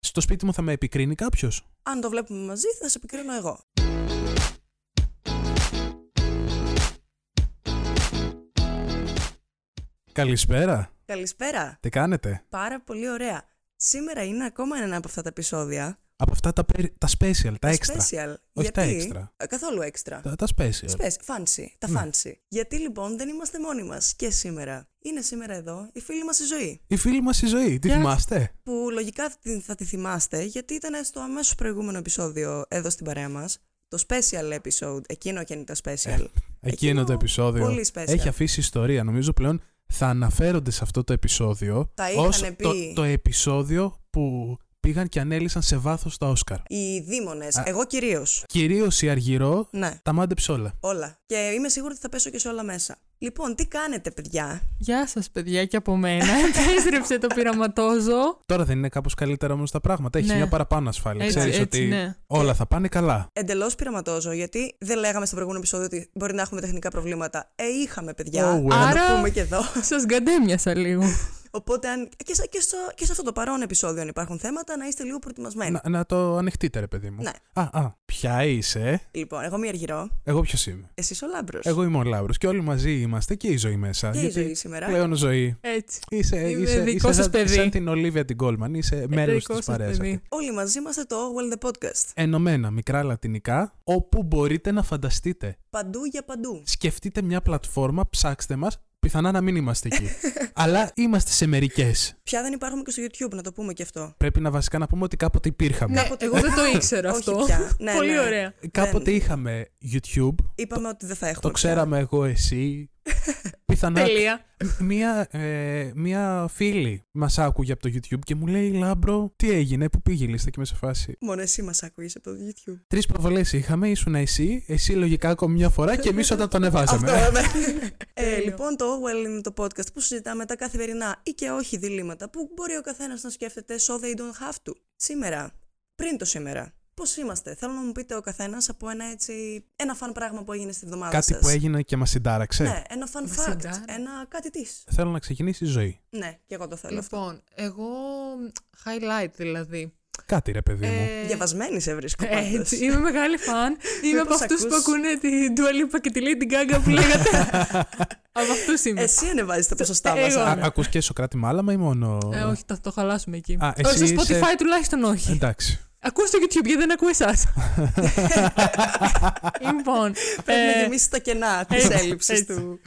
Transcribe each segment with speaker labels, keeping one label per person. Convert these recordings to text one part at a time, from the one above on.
Speaker 1: στο σπίτι μου θα με επικρίνει κάποιος.
Speaker 2: Αν το βλέπουμε μαζί, θα σε επικρίνω εγώ.
Speaker 1: Καλησπέρα.
Speaker 2: Καλησπέρα.
Speaker 1: Τι κάνετε.
Speaker 2: Πάρα πολύ ωραία. Σήμερα είναι ακόμα ένα από αυτά τα επεισόδια.
Speaker 1: Από αυτά τα, περι- τα special, τα
Speaker 2: Τα
Speaker 1: extra.
Speaker 2: Special.
Speaker 1: Όχι
Speaker 2: Γιατί...
Speaker 1: τα extra.
Speaker 2: Ε, Καθόλου έξτρα.
Speaker 1: Τα, Ναι. τα special.
Speaker 2: Special. Fancy. Τα fancy. Γιατί λοιπόν δεν είμαστε μόνοι μας και σήμερα. Είναι σήμερα εδώ η φίλη μας η ζωή.
Speaker 1: Η φίλη μας η ζωή, τη
Speaker 2: Και-
Speaker 1: θυμάστε.
Speaker 2: Που λογικά την- θα τη θυμάστε γιατί ήταν στο αμέσως προηγούμενο επεισόδιο εδώ στην παρέα μας. Το special episode. Εκείνο και είναι το
Speaker 1: Ε.
Speaker 2: special.
Speaker 1: Εκείνο το επεισόδιο
Speaker 2: Πολύ special.
Speaker 1: έχει αφήσει ιστορία. Νομίζω πλέον θα αναφέρονται σε αυτό το επεισόδιο
Speaker 2: Τα είχαν
Speaker 1: ως το,
Speaker 2: πει.
Speaker 1: το επεισόδιο που πήγαν και ανέλησαν σε βάθος τα Όσκαρ.
Speaker 2: Οι δίμονες. Εγώ κυρίως.
Speaker 1: Κυρίως η Αργυρό
Speaker 2: Ναι.
Speaker 1: τα μάντεψε όλα.
Speaker 2: Όλα. Και είμαι σίγουρη ότι θα πέσω και σε όλα μέσα. Λοιπόν, τι κάνετε, παιδιά.
Speaker 3: Γεια σας παιδιά και από μένα. Επέστρεψε το πειραματόζω.
Speaker 1: Τώρα δεν είναι κάπως καλύτερα όμως τα πράγματα. Έχεις
Speaker 3: Ναι.
Speaker 1: μια παραπάνω ασφάλεια.
Speaker 3: Έτσι,
Speaker 1: Ξέρεις
Speaker 3: έτσι,
Speaker 1: ότι
Speaker 3: ναι.
Speaker 1: όλα θα πάνε καλά.
Speaker 2: Εντελώς πειραματόζω, γιατί δεν λέγαμε στο προηγούμενο επεισόδιο ότι μπορεί να έχουμε τεχνικά προβλήματα. Ε, είχαμε, παιδιά.
Speaker 1: Oh, well.
Speaker 2: να το
Speaker 3: Άρα-
Speaker 2: πούμε και εδώ.
Speaker 3: Σας γκαντέμιασα λίγο.
Speaker 2: Οπότε, αν... και, σε, και, στο, και σε αυτό το παρόν επεισόδιο, αν υπάρχουν θέματα, να είστε λίγο
Speaker 3: Ε.
Speaker 2: προετοιμασμένοι.
Speaker 1: Να, να το ανοιχτείτε ρε παιδί μου.
Speaker 2: Ναι.
Speaker 1: Α, α, ποια είσαι.
Speaker 2: Λοιπόν, εγώ είμαι η Αργυρό,
Speaker 1: Εγώ ποιος είμαι.
Speaker 2: εσεί ο Λάμπρος.
Speaker 1: Εγώ είμαι ο Λάμπρος και όλοι μαζί είμαστε και η ζωή μέσα.
Speaker 2: Και η
Speaker 1: γιατί
Speaker 2: ζωή σήμερα.
Speaker 1: Πλέον ζωή.
Speaker 3: Έτσι.
Speaker 1: Είσαι,
Speaker 3: ναι. Είμαι
Speaker 1: είσαι,
Speaker 3: δικό
Speaker 1: είσαι
Speaker 3: σας
Speaker 1: σαν,
Speaker 3: παιδί. Ε,
Speaker 1: σαν την Ολίβια την Κόλμαν. Είσαι μέρο
Speaker 3: δικό
Speaker 1: της
Speaker 3: σας
Speaker 1: παρέας.
Speaker 3: παιδί.
Speaker 2: Όλοι μαζί είμαστε το Well the Podcast.
Speaker 1: Ενωμένα μικρά λατινικά, όπου μπορείτε να φανταστείτε.
Speaker 2: Παντού για παντού.
Speaker 1: Σκεφτείτε μια πλατφόρμα, ψάξτε μας. Πιθανά να μην είμαστε εκεί. Αλλά είμαστε σε μερικές.
Speaker 2: Πια δεν υπάρχουμε και στο YouTube, να το πούμε και αυτό.
Speaker 1: Πρέπει να βασικά να πούμε ότι κάποτε υπήρχαμε.
Speaker 3: Ναι, εγώ δεν το ήξερα
Speaker 2: Όχι
Speaker 3: αυτό.
Speaker 2: πια. Ναι,
Speaker 3: Πολύ
Speaker 2: ναι.
Speaker 3: ωραία.
Speaker 1: Κάποτε είχαμε YouTube.
Speaker 2: Είπαμε ότι δεν θα έχουμε.
Speaker 1: Το
Speaker 2: πια.
Speaker 1: ξέραμε εγώ, εσύ. Πιθανά.
Speaker 3: Τελεία.
Speaker 1: Μία, ε, μία φίλη μας άκουγε από το YouTube και μου λέει: Λάμπρο, τι έγινε, πού πήγε η λίστα και με σε φάση.
Speaker 2: Μόνο εσύ μας ακούγε από το YouTube.
Speaker 1: Τρεις προβολές είχαμε, ήσουν εσύ, εσύ λογικά ακόμη μια φορά και εμείς όταν το ανεβάζαμε.
Speaker 2: Αυτό, ναι. ε, λοιπόν, το Well είναι το podcast που συζητάμε τα καθημερινά ή και όχι διλήμματα που μπορεί ο καθένας να σκέφτεται so they don't have to. Σήμερα, πριν το σήμερα, πώς είμαστε, θέλω να μου πείτε ο καθένας από ένα έτσι. ένα φαν πράγμα που έγινε στη βδομάδα
Speaker 1: Κάτι
Speaker 2: σας.
Speaker 1: που έγινε και μας συντάραξε.
Speaker 2: Ναι, ένα fun
Speaker 3: Μας
Speaker 2: fact.
Speaker 3: συντάρει.
Speaker 2: Ένα κάτι της.
Speaker 1: Θέλω να ξεκινήσει η ζωή.
Speaker 2: Ναι, και εγώ το θέλω. αυτό.
Speaker 3: Λοιπόν, εγώ highlight δηλαδή.
Speaker 1: Κάτι ρε παιδί μου.
Speaker 3: Ε,
Speaker 2: Διαβασμένη σε βρίσκω πάντως.
Speaker 3: Έτσι, είμαι μεγάλη φαν. Είμαι από
Speaker 2: Μήπως
Speaker 3: αυτούς που
Speaker 2: ακούς-
Speaker 3: ακούνε την Dua Lipa και τη Lady Gaga που λέγατε. Από αυτούς είμαι.
Speaker 2: Εσύ ανεβάζεις τα ποσοστά
Speaker 3: Εγώ. ναι.
Speaker 2: μα.
Speaker 1: Α, Ακούς και Σοκράτη Μάλαμα ή μόνο.
Speaker 3: Ε, όχι, θα το χαλάσουμε εκεί.
Speaker 1: Α,
Speaker 3: Όχι, στο
Speaker 1: εσύ
Speaker 3: Spotify
Speaker 1: είσαι-
Speaker 3: τουλάχιστον όχι.
Speaker 1: Εντάξει.
Speaker 3: Ακούω στο YouTube γιατί δεν ακούω εσάς. λοιπόν.
Speaker 2: Πρέπει να
Speaker 3: ε,
Speaker 2: γεμίσεις τα κενά της
Speaker 3: έτσι,
Speaker 2: έλλειψης
Speaker 3: έτσι.
Speaker 2: του.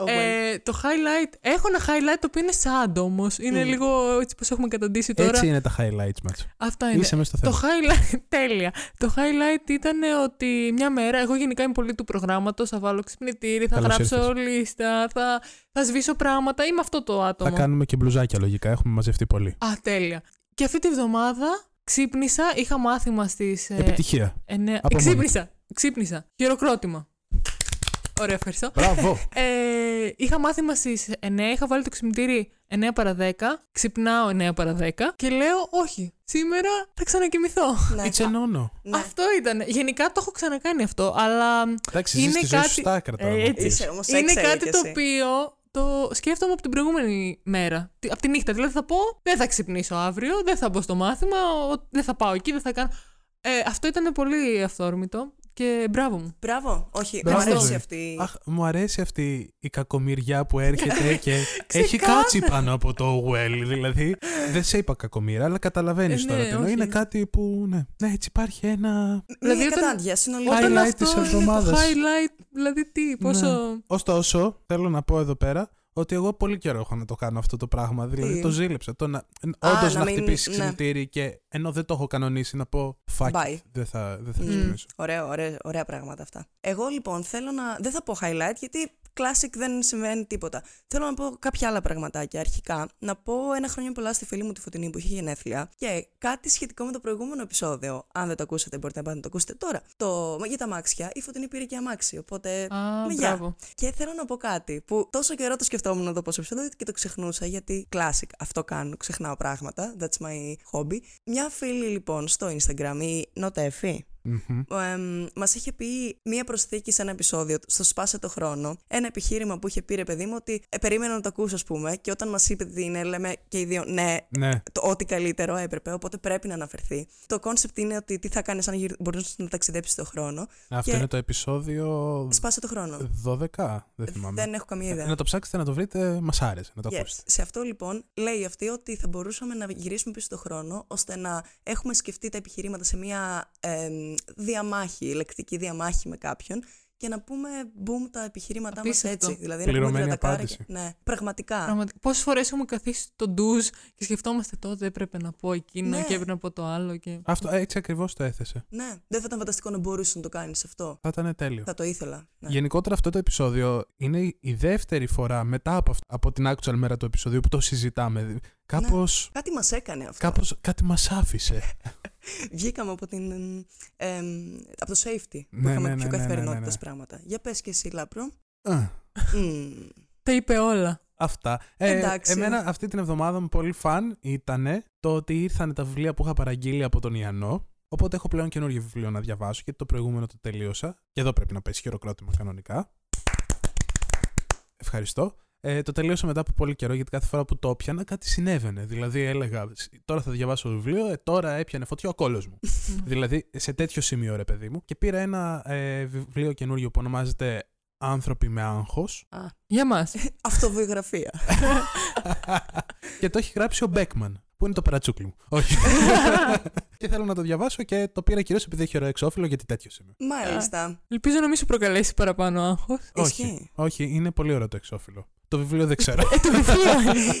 Speaker 2: Oh, well.
Speaker 3: ε, το highlight. Έχω ένα highlight το οποίο είναι sad όμως. Είναι λίγο έτσι πως έχουμε καταντήσει τώρα.
Speaker 1: Mm. Έτσι είναι τα highlights μας.
Speaker 3: Αυτά είναι.
Speaker 1: Είσαι μέσα στο
Speaker 3: Το
Speaker 1: θέμα.
Speaker 3: highlight, τέλεια. Το highlight ήταν ότι μια μέρα, εγώ γενικά είμαι πολύ του προγράμματος, θα βάλω ξυπνητήρι, θα
Speaker 1: Καλώς
Speaker 3: γράψω
Speaker 1: ήρθες.
Speaker 3: λίστα, θα, θα σβήσω πράγματα. Είμαι αυτό το άτομο.
Speaker 1: Θα κάνουμε και μπλουζάκια λογικά, έχουμε μαζευτεί πολύ.
Speaker 3: Α, τέλεια. Και αυτή τη βδομάδα ξύπνησα, είχα μάθημα στις.
Speaker 1: Επιτυχία. Από μόνη
Speaker 3: ναι, Ξύπνησα. Ξύπνησα. Χειροκρότημα. Ωραία, ευχαριστώ.
Speaker 1: Μπράβο.
Speaker 3: Ε, είχα μάθημα στι 9, είχα βάλει το ξυπνητήρι 9 παρα 10. Ξυπνάω 9 παρα 10 και λέω όχι. Σήμερα θα ξανακοιμηθώ.
Speaker 2: Ναι.
Speaker 1: It's an honor.
Speaker 2: Ναι.
Speaker 3: Αυτό ήταν. Γενικά το έχω ξανακάνει αυτό, αλλά μ,
Speaker 1: Εντάξει,
Speaker 3: είναι
Speaker 1: ζεις τη ζωή
Speaker 3: κάτι.
Speaker 1: σου στα άκρα τώρα.
Speaker 3: Ε,
Speaker 1: να
Speaker 3: έτσι.
Speaker 1: μου πεις.
Speaker 2: Είσαι όμως
Speaker 3: είναι
Speaker 2: έξαλλη κι
Speaker 3: κάτι το
Speaker 2: εσύ.
Speaker 3: οποίο το σκέφτομαι από την προηγούμενη μέρα. Τι- Από τη νύχτα. Δηλαδή θα πω, δεν θα ξυπνήσω αύριο, δεν θα μπω στο μάθημα, ο- δεν θα πάω εκεί, δεν θα κάνω. Ε, αυτό ήταν πολύ αυθόρμητο και μπράβο μου.
Speaker 2: Μπράβο. Όχι, μου
Speaker 1: Μπράβο,
Speaker 2: αρέσει
Speaker 1: ζωή.
Speaker 2: αυτή.
Speaker 1: Αχ, μου αρέσει αυτή η κακομοιριά που έρχεται και έχει
Speaker 3: Ξεκάθαρα.
Speaker 1: κάτσει πάνω από το well. Δηλαδή, δεν σε είπα κακομοίρα, αλλά καταλαβαίνεις
Speaker 3: Ε,
Speaker 1: τώρα
Speaker 3: ναι,
Speaker 1: τι εννοώ.
Speaker 3: όχι.
Speaker 1: Είναι κάτι που. Ναι, ναι έτσι υπάρχει ένα.
Speaker 2: Δηλαδή,
Speaker 3: Δηλαδή,
Speaker 2: Μια
Speaker 3: όταν-
Speaker 2: κατάντια συνολικά.
Speaker 1: Όταν-
Speaker 3: Highlight
Speaker 1: Highlight της εβδομάδας.
Speaker 3: Είναι το highlight, δηλαδή τι, πόσο.
Speaker 1: Ωστόσο, θέλω να πω εδώ πέρα ότι εγώ πολύ καιρό έχω να το κάνω αυτό το πράγμα. Δηλαδή,
Speaker 2: Τι?
Speaker 1: το ζήλεψα. Το να,
Speaker 2: Α,
Speaker 1: όντως
Speaker 2: να
Speaker 1: να,
Speaker 2: μην-
Speaker 1: χτυπήσει
Speaker 2: ναι.
Speaker 1: ξυπνητήρι και ενώ δεν το έχω κανονίσει να πω fuck
Speaker 2: Bye. Mm.
Speaker 1: it, δεν θα, δεν θα
Speaker 2: Μμμ.
Speaker 1: ξυπνήσω.
Speaker 2: Ωραία, ωραία, ωραία πράγματα αυτά. Εγώ λοιπόν θέλω να. Δεν θα πω highlight γιατί classic δεν σημαίνει τίποτα. Θέλω να πω κάποια άλλα πραγματάκια. Αρχικά, να πω ένα χρόνια πολλά στη φίλη μου τη Φωτεινή που είχε γενέθλια και κάτι σχετικό με το προηγούμενο επεισόδιο. Αν δεν το ακούσατε, μπορείτε να πάτε να το ακούσετε τώρα. Το... Για τα αμάξια, η Φωτεινή πήρε και αμάξι. Οπότε.
Speaker 3: Α,
Speaker 2: με Ναι. γεια.
Speaker 3: μπράβο.
Speaker 2: Και θέλω να πω κάτι που τόσο καιρό το σκεφτόμουν να το πω σε επεισόδιο δηλαδή και το ξεχνούσα γιατί classic αυτό κάνω, ξεχνάω πράγματα, that's my hobby. Μια φίλη λοιπόν στο Instagram, η Νοτέφη,
Speaker 1: Μμμ.
Speaker 2: Μας είχε πει μία προσθήκη σε ένα επεισόδιο, στο Σπάσε το Χρόνο. Ένα επιχείρημα που είχε πει ρε παιδί μου ότι ε, περίμενα να το ακούσω, ας πούμε. Και όταν μας είπε τι είναι, λέμε και οι δύο, ναι,
Speaker 1: Ναι.
Speaker 2: το ό,τι καλύτερο έπρεπε, οπότε πρέπει να αναφερθεί. Το κόνσεπτ είναι ότι τι θα κάνεις αν γυρ... μπορείς να ταξιδέψεις τον χρόνο.
Speaker 1: Αυτό
Speaker 2: Και-
Speaker 1: είναι το επεισόδιο
Speaker 2: Σπάσε το χρόνο.
Speaker 1: 12, δεν Ε, θυμάμαι.
Speaker 2: Ε,
Speaker 1: Ε,
Speaker 2: Δεν έχω καμία ιδέα.
Speaker 1: Να το ψάξετε, να το βρείτε, μας άρεσε να το
Speaker 2: Yes.
Speaker 1: ακούσετε.
Speaker 2: Σε αυτό λοιπόν λέει αυτή ότι θα μπορούσαμε να γυρίσουμε πίσω το χρόνο ώστε να έχουμε σκεφτεί τα επιχειρήματα σε μια εμ, διαμάχη, λεκτική διαμάχη με κάποιον και να πούμε boom τα επιχειρήματά μας
Speaker 3: Απίστευτο.
Speaker 2: έτσι. Δηλαδή
Speaker 1: Πληρωμένη
Speaker 2: να πούμε
Speaker 1: απάντηση.
Speaker 2: Ναι, πραγματικά.
Speaker 3: Πραγματικά. Πόσες φορές έχουμε καθίσει στο ντουζ και σκεφτόμαστε τότε έπρεπε να πω εκείνο
Speaker 2: Ναι.
Speaker 3: και έπρεπε να πω το άλλο. Και...
Speaker 1: Αυτό ε, έτσι ακριβώς το έθεσε.
Speaker 2: Ναι, δεν θα ήταν φανταστικό να μπορούσε να το κάνεις αυτό.
Speaker 1: Θα ήταν τέλειο.
Speaker 2: Θα το ήθελα. Ναι.
Speaker 1: Γενικότερα αυτό το επεισόδιο είναι η δεύτερη φορά μετά από, αυτό, από την actual μέρα του επεισοδίου που το συζητάμε. Κάπως,
Speaker 2: Κάτι μας έκανε αυτό.
Speaker 1: κάπως κάτι μας άφησε.
Speaker 2: Βγήκαμε από, την, εμ, εμ, από το safety που
Speaker 1: Ναι,
Speaker 2: είχαμε
Speaker 1: ναι, ναι,
Speaker 2: πιο
Speaker 1: ναι, ναι,
Speaker 2: καθημερινότητας
Speaker 1: ναι, ναι.
Speaker 2: πράγματα. Για πες και εσύ, Λάπρο.
Speaker 1: Α,
Speaker 2: Μμμ.
Speaker 3: Τα είπε όλα.
Speaker 1: Αυτά. Ε,
Speaker 2: Εντάξει.
Speaker 1: Εμένα αυτή την εβδομάδα μου πολύ φαν ήταν το ότι ήρθαν τα βιβλία που είχα παραγγείλει από τον Ιαννό. Οπότε έχω πλέον καινούργιο βιβλίο να διαβάσω γιατί το προηγούμενο το τελείωσα. Και εδώ πρέπει να πέσει χειροκρότημα κανονικά. Ευχαριστώ. Ε, το τελείωσα μετά από πολύ καιρό γιατί κάθε φορά που το πιάνα κάτι συνέβαινε. Δηλαδή έλεγα τώρα θα διαβάσω βιβλίο, ε, τώρα έπιανε φωτιά ο κόλος μου. Δηλαδή σε τέτοιο σημείο ρε παιδί μου. Και πήρα ένα ε, βιβλίο καινούριο που ονομάζεται Άνθρωποι με άγχος.
Speaker 3: Για μας.
Speaker 2: Αυτοβιογραφία.
Speaker 1: και το έχει γράψει ο Μπέκμαν. Που είναι το παρατσούκλι μου. Όχι. και θέλω να το διαβάσω και το πήρα κυρίως επειδή έχει ωραίο εξώφυλλο γιατί τέτοιο είμαι.
Speaker 2: Μάλιστα.
Speaker 3: Ελπίζω να μην σου προκαλέσει παραπάνω άγχος.
Speaker 1: Όχι.
Speaker 2: Ισχύει.
Speaker 1: Όχι, είναι πολύ ωραίο το εξώφυλλο. Το βιβλίο δεν ξέρω.
Speaker 3: Ε, το βιβλίο είναι.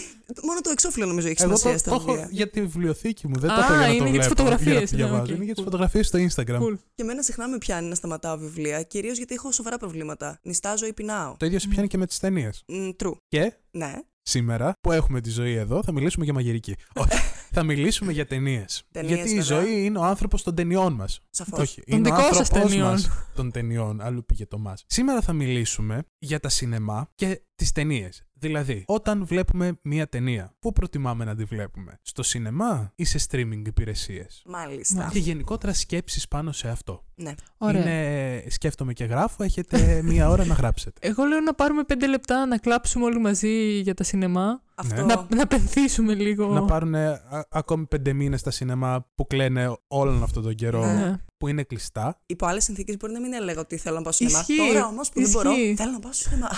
Speaker 2: Μόνο το εξώφυλλο νομίζω έχει
Speaker 1: Εγώ το,
Speaker 2: σημασία
Speaker 1: το
Speaker 2: στα
Speaker 1: έχω
Speaker 2: βιβλία.
Speaker 1: για τη βιβλιοθήκη μου. Δεν το
Speaker 3: Α,
Speaker 1: έχω για να το
Speaker 3: είναι για τις
Speaker 1: βλέπω, να
Speaker 3: φωτογραφίες,
Speaker 1: το
Speaker 3: ναι,
Speaker 1: διαβάζω.
Speaker 3: οκ,
Speaker 1: Είναι για τις
Speaker 3: cool.
Speaker 1: φωτογραφίες στο Instagram.
Speaker 3: Cool.
Speaker 2: Και εμένα συχνά με πιάνει να σταματάω βιβλία, κυρίως γιατί έχω σοβαρά προβλήματα. Νιστάζω ή πεινάω.
Speaker 1: Το ίδιο σε πιάνει και με τις ταινίες.
Speaker 2: Μμ, True.
Speaker 1: Και
Speaker 2: Ναι,
Speaker 1: σήμερα που έχουμε τη ζωή εδώ θα μιλήσουμε για μαγειρική. Όχι. θα μιλήσουμε για ταινίες.
Speaker 2: Ταινίες,
Speaker 1: Γιατί η
Speaker 2: βέβαια.
Speaker 1: ζωή είναι ο άνθρωπος των ταινιών μας.
Speaker 2: σαφώς.
Speaker 1: Όχι,
Speaker 3: Των
Speaker 1: είναι ο
Speaker 3: δικών σας
Speaker 1: άνθρωπος
Speaker 3: ταινιών.
Speaker 1: μας των ταινιών, αλλού πήγε το μας. Σήμερα θα μιλήσουμε για τα σινεμά και τις ταινίες. Δηλαδή, όταν βλέπουμε μία ταινία, πού προτιμάμε να τη βλέπουμε, στο σινεμά ή σε streaming υπηρεσίες.
Speaker 2: Μάλιστα.
Speaker 1: Και γενικότερα σκέψεις πάνω σε αυτό.
Speaker 2: Ναι.
Speaker 3: Ωραία.
Speaker 1: Είναι, σκέφτομαι και γράφω, έχετε μία ώρα να γράψετε.
Speaker 3: Εγώ λέω να πάρουμε πέντε λεπτά να κλάψουμε όλοι μαζί για τα σινεμά.
Speaker 2: Αυτό.
Speaker 3: Να,
Speaker 1: Ναι.
Speaker 3: να πενθήσουμε λίγο.
Speaker 1: Να πάρουν ακόμη πέντε μήνες τα σινεμά που κλαίνε όλον αυτόν τον καιρό
Speaker 3: Ναι.
Speaker 1: που είναι κλειστά.
Speaker 2: Υπό άλλες συνθήκες μπορεί να μην έλεγα ότι θέλω να πάω στο σινεμά.
Speaker 3: Ισχύει.
Speaker 2: Τώρα όμως που δεν
Speaker 3: Ισχύει.
Speaker 2: μπορώ, θέλω να πάω στο σινεμά.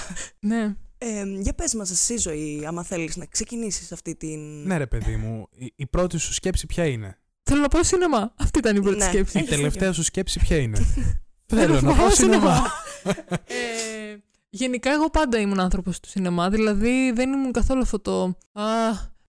Speaker 3: ναι.
Speaker 2: Ε, για πες μας, εσύ ζωή, άμα θέλεις να ξεκινήσεις αυτή την.
Speaker 1: Ναι ρε παιδί μου, η, η πρώτη σου σκέψη ποια είναι.
Speaker 3: Θέλω να πάω στο σινεμά. Αυτή ήταν η πρώτη
Speaker 2: Ναι.
Speaker 1: Η
Speaker 3: σκέψη.
Speaker 2: Έχεις
Speaker 1: τελευταία
Speaker 2: δίκιο.
Speaker 1: σου σκέψη ποια είναι. Θέλω να πάω
Speaker 3: στο
Speaker 1: σινεμά.
Speaker 3: Ε, γενικά, εγώ πάντα ήμουν άνθρωπος του σινεμά. Δηλαδή, δεν ήμουν καθόλου αυτό το. Α,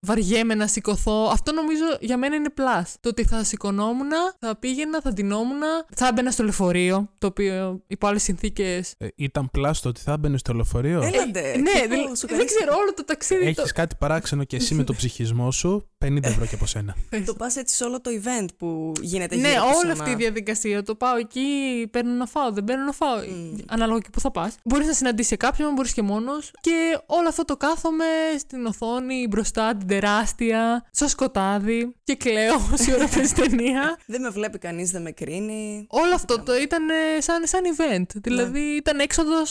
Speaker 3: βαριέμαι να σηκωθώ. Αυτό νομίζω για μένα είναι πλάσ. Το ότι θα σηκωνόμουν, θα πήγαινα, θα ντυνόμουν, θα μπαίνα στο λεωφορείο. Το οποίο υπό άλλες συνθήκες.
Speaker 1: Ε, ήταν πλάστο ότι θα μπαίνει στο λεωφορείο.
Speaker 2: Έλατε.
Speaker 3: ναι,
Speaker 2: και
Speaker 3: δε-
Speaker 2: εγώ σου
Speaker 3: δεν
Speaker 2: καλέσω.
Speaker 3: ξέρω όλο το ταξίδι.
Speaker 1: Έχεις
Speaker 3: το...
Speaker 1: κάτι παράξενο και εσύ με το ψυχισμό σου. 50 ευρώ και από σένα.
Speaker 2: Το πας έτσι σε όλο το event που γίνεται
Speaker 3: Ναι,
Speaker 2: γύρω από το
Speaker 3: όλη
Speaker 2: σινεμά.
Speaker 3: αυτή η διαδικασία. Το πάω εκεί, παίρνω να φάω, δεν παίρνω να φάω.
Speaker 1: Mm.
Speaker 3: Ανάλογα και που θα πας. Μπορείς να συναντήσεις κάποιον, μπορείς και μόνος. Και όλο αυτό το κάθομαι στην οθόνη μπροστά, την τεράστια, στο σκοτάδι και κλαίω όση ώρα παίζει ταινία.
Speaker 2: Δεν με βλέπει κανείς, δεν με κρίνει.
Speaker 3: Όλο αυτό το ήταν ε, σαν, σαν
Speaker 1: Ναι.
Speaker 3: event. Δηλαδή ήταν έξοδος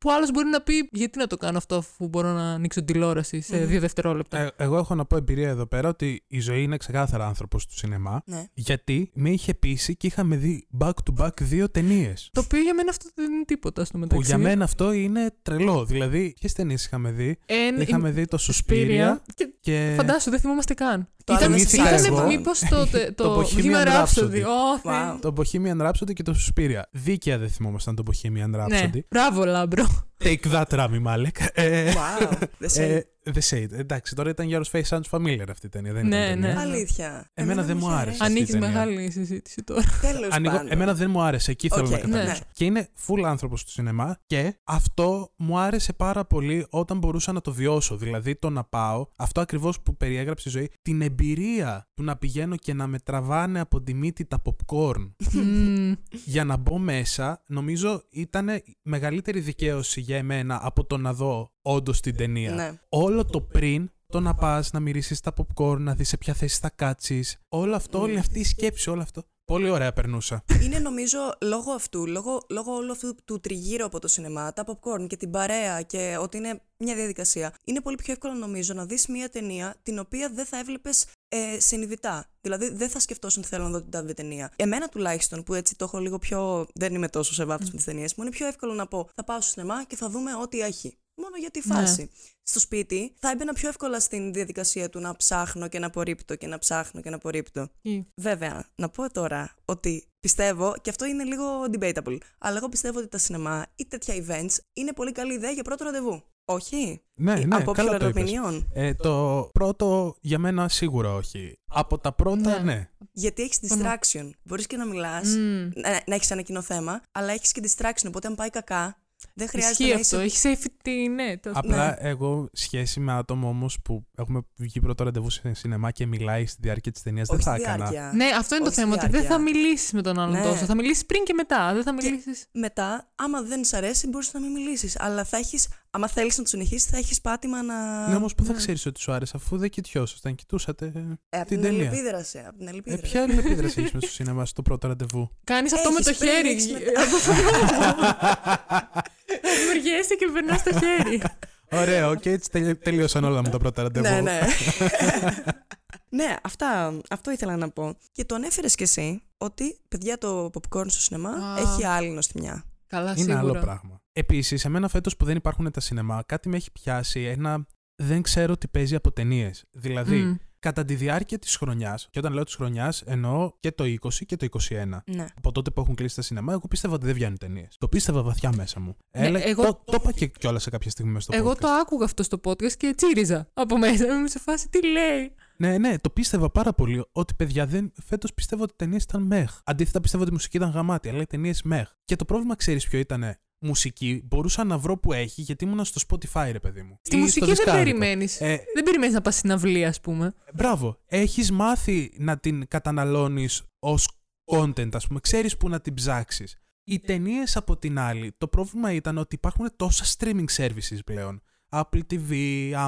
Speaker 3: που άλλος μπορεί να πει: Γιατί να το κάνω αυτό, αφού μπορώ να ανοίξω την τηλεόραση σε δύο δευτερόλεπτα.
Speaker 1: Ε, εγώ έχω να πω εμπειρία εδώ πέρα ότι η ζωή είναι ξεκάθαρα άνθρωπος του σινεμά.
Speaker 2: Ναι.
Speaker 1: Γιατί με είχε πείσει και είχαμε δει back to back δύο ταινίες.
Speaker 3: Το οποίο για μένα αυτό δεν είναι τίποτα στο μεταξύ.
Speaker 1: Που για μένα αυτό είναι τρελό. Δηλαδή, ποιες ταινίες είχαμε δει.
Speaker 3: Εν-
Speaker 1: Είχαμε δει το Σουσπίρια
Speaker 3: Πήρια και
Speaker 1: και.
Speaker 3: Φαντάσου, δεν θυμόμαστε καν.
Speaker 2: Ε, Το άλλο θυμήθηκα εγώ.
Speaker 3: ήταν μήπως το, το,
Speaker 1: Το
Speaker 3: το
Speaker 1: Bohemian
Speaker 3: Bohemian
Speaker 1: Rhapsody.
Speaker 3: Rhapsody. Ω, Θεέ
Speaker 2: Wow.
Speaker 3: μου.
Speaker 1: Το Bohemian Rhapsody και το Σουσπίρια. Δίκαια δεν θυμόμασταν το Bohemian
Speaker 3: Ναι,
Speaker 1: Rhapsody.
Speaker 3: μπράβο, λάμπρο.
Speaker 1: Take that, Rami Malek. Ε,
Speaker 2: Wow. δεν
Speaker 1: Ε,
Speaker 2: σε.
Speaker 1: The Shade. Εντάξει, τώρα ήταν Your Face Sounds Familiar αυτή η ταινία. Δεν
Speaker 3: Ναι,
Speaker 1: ήταν
Speaker 3: ναι.
Speaker 1: ταινία.
Speaker 2: Αλήθεια.
Speaker 1: ε, δεν μου άρεσε. αυτή η
Speaker 3: Ανοίγει
Speaker 1: ταινία.
Speaker 3: μεγάλη συζήτηση τώρα.
Speaker 2: Τέλος
Speaker 1: Ανοίγω-
Speaker 2: πάντων.
Speaker 1: εμένα δεν μου άρεσε, εκεί θέλω
Speaker 2: Οκ,
Speaker 1: να
Speaker 2: ναι.
Speaker 1: καταλήξω. Και είναι full άνθρωπος του σινεμά και αυτό μου άρεσε πάρα πολύ όταν μπορούσα να το βιώσω. Δηλαδή το να πάω, αυτό ακριβώς που περιέγραψε η ζωή, την εμπειρία του να πηγαίνω και να με τραβάνε από τη μύτη τα popcorn
Speaker 3: Μμμ.
Speaker 1: για να μπω μέσα, νομίζω ήταν μεγαλύτερη δικαίωση για εμένα από το να δω όντως την ταινία.
Speaker 2: Ναι.
Speaker 1: όλο το πριν, το να πας, να μυρίσεις τα popcorn, να δεις σε ποια θέση θα κάτσεις. Όλο αυτό, όλη αυτή η σκέψη, όλο αυτό. Πολύ ωραία περνούσα.
Speaker 2: Είναι νομίζω λόγω αυτού, λόγω, λόγω όλου αυτού του τριγύρω από το σινεμά, τα popcorn και την παρέα και ότι είναι μια διαδικασία. Είναι πολύ πιο εύκολο νομίζω να δεις μια ταινία την οποία δεν θα έβλεπες ε, συνειδητά. Δηλαδή δεν θα σκεφτόσουν θέλω να δω την τάδε ταινία. Εμένα τουλάχιστον που έτσι το έχω λίγο πιο. δεν είμαι τόσο σε βάθος με τις ταινίες μου, είναι πιο εύκολο να πω θα πάω στο σινεμά και θα δούμε ό,τι έχει. Μόνο για τη
Speaker 3: Ναι.
Speaker 2: φάση. Στο σπίτι θα έμπαινα πιο εύκολα στην διαδικασία του να ψάχνω και να απορρίπτω και να ψάχνω και να απορρίπτω.
Speaker 3: Ή-
Speaker 2: Βέβαια, να πω τώρα ότι πιστεύω, και αυτό είναι λίγο debatable, αλλά εγώ πιστεύω ότι τα σινεμά ή τέτοια events είναι πολύ καλή ιδέα για πρώτο ραντεβού. Όχι. Ε,
Speaker 1: Ναι,
Speaker 2: Ή
Speaker 1: ναι,
Speaker 2: απόψη
Speaker 1: καλά το είπες.
Speaker 2: λαμπροπινιών.
Speaker 1: Ε, το πρώτο για μένα σίγουρα όχι. Από τα πρώτα,
Speaker 3: Ναι.
Speaker 1: ναι.
Speaker 2: Γιατί έχεις distraction. Μπορείς και να μιλάς,
Speaker 3: Μμμ.
Speaker 2: να, να έχεις ένα κοινό θέμα, αλλά έχεις και distraction. Οπότε, αν πάει κακά, δεν χρειάζεται
Speaker 3: Ισχύει
Speaker 2: να
Speaker 3: αυτό.
Speaker 2: είσαι.
Speaker 3: Έχεις safety net. αυτό.
Speaker 1: Απλά
Speaker 2: Ναι.
Speaker 1: εγώ σχέση με άτομο όμως που έχουμε βγει πρώτο ραντεβού σε σινεμά και μιλάει στη διάρκεια της ταινίας, δεν
Speaker 2: Όχι
Speaker 1: θα
Speaker 2: στη
Speaker 1: έκανα.
Speaker 2: διάρκεια.
Speaker 3: Ναι, αυτό είναι το
Speaker 2: όχι
Speaker 3: θέμα.
Speaker 2: στη
Speaker 3: Ότι δεν θα
Speaker 2: διάρκεια.
Speaker 3: μιλήσεις με τον άλλον
Speaker 2: Ναι.
Speaker 3: τόσο. Θα μιλήσεις πριν και μετά. Δεν θα μιλήσεις.
Speaker 2: Μετά, άμα δεν σ' αρέσει, μπορείς να μην μιλήσεις. Αλλά θα έχεις, άμα θέλεις να το συνεχίσεις, θα έχεις πάτημα να.
Speaker 1: Ναι, όμως που θα
Speaker 3: ναι.
Speaker 1: ξέρεις ότι σου άρεσε, αφού δεν κοιτιόσασταν, κοιτούσατε.
Speaker 2: ε,
Speaker 1: την
Speaker 2: απ' την
Speaker 1: ταινία.
Speaker 2: αλληλεπίδραση. Απ' την
Speaker 1: Ε,
Speaker 2: αλληλεπίδραση.
Speaker 1: ποια αλληλεπίδραση έχεις μέσα στο σινεμά στο πρώτο ραντεβού.
Speaker 3: Κάνεις αυτό με
Speaker 2: Έχεις
Speaker 3: το
Speaker 2: πριν,
Speaker 3: χέρι.
Speaker 2: έχεις μετά.
Speaker 3: Δημιουργέσαι και περνά το χέρι.
Speaker 1: Ωραία, οκ, έτσι τελει- τελείωσαν όλα με τα πρώτα ραντεβού.
Speaker 2: Ναι, ναι. ναι, αυτά, αυτό ήθελα να πω. Και το ανέφερε κι εσύ ότι παιδιά το popcorn στο σινεμά
Speaker 3: Α.
Speaker 2: έχει άλλη νοστιμιά.
Speaker 3: Καλά,
Speaker 1: Είναι
Speaker 3: σίγουρα.
Speaker 1: άλλο πράγμα. Επίσης, εμένα φέτος που δεν υπάρχουν τα σινεμά, κάτι με έχει πιάσει ένα. Δεν ξέρω τι παίζει από ταινίες. Δηλαδή,
Speaker 3: Μμ.
Speaker 1: κατά τη διάρκεια της χρονιάς, και όταν λέω της χρονιάς, εννοώ και το 20 και το 21.
Speaker 2: Ναι.
Speaker 1: από τότε που έχουν κλείσει τα σινεμά, εγώ πίστευα ότι δεν βγαίνουν ταινίες. Το πίστευα βαθιά μέσα μου.
Speaker 3: Ναι,
Speaker 1: Έλα,
Speaker 3: εγώ-
Speaker 1: το, το είπα και κιόλας σε κάποια στιγμή μέσα στο
Speaker 3: Εγώ
Speaker 1: podcast.
Speaker 3: το άκουγα αυτό στο podcast και τσίριζα από μέσα. Είμαι σε φάση τι λέει.
Speaker 1: Ναι, ναι, το πίστευα πάρα πολύ ότι παιδιά δεν. Φέτος πιστεύω ότι οι ταινίες ήταν μεχ. Αντίθετα, πιστεύω ότι η μουσική ήταν γαμάτη, αλλά οι ταινίες μεχ. Και το πρόβλημα, ξέρεις ποιο ήταν. Μουσική μπορούσα να βρω που έχει γιατί ήμουνα στο Spotify, ρε παιδί μου.
Speaker 3: Στη
Speaker 1: Ή στο
Speaker 3: μουσική δεν
Speaker 1: Discovery.
Speaker 3: περιμένεις.
Speaker 1: Ε,
Speaker 3: Δεν περιμένεις να πας στην αυλή, ας πούμε.
Speaker 1: μπράβο. Έχεις μάθει να την καταναλώνεις ως content, ας πούμε. Ξέρεις που να την ψάξεις. Οι ταινίες από την άλλη, το πρόβλημα ήταν ότι υπάρχουν τόσα streaming services πλέον. Apple TV,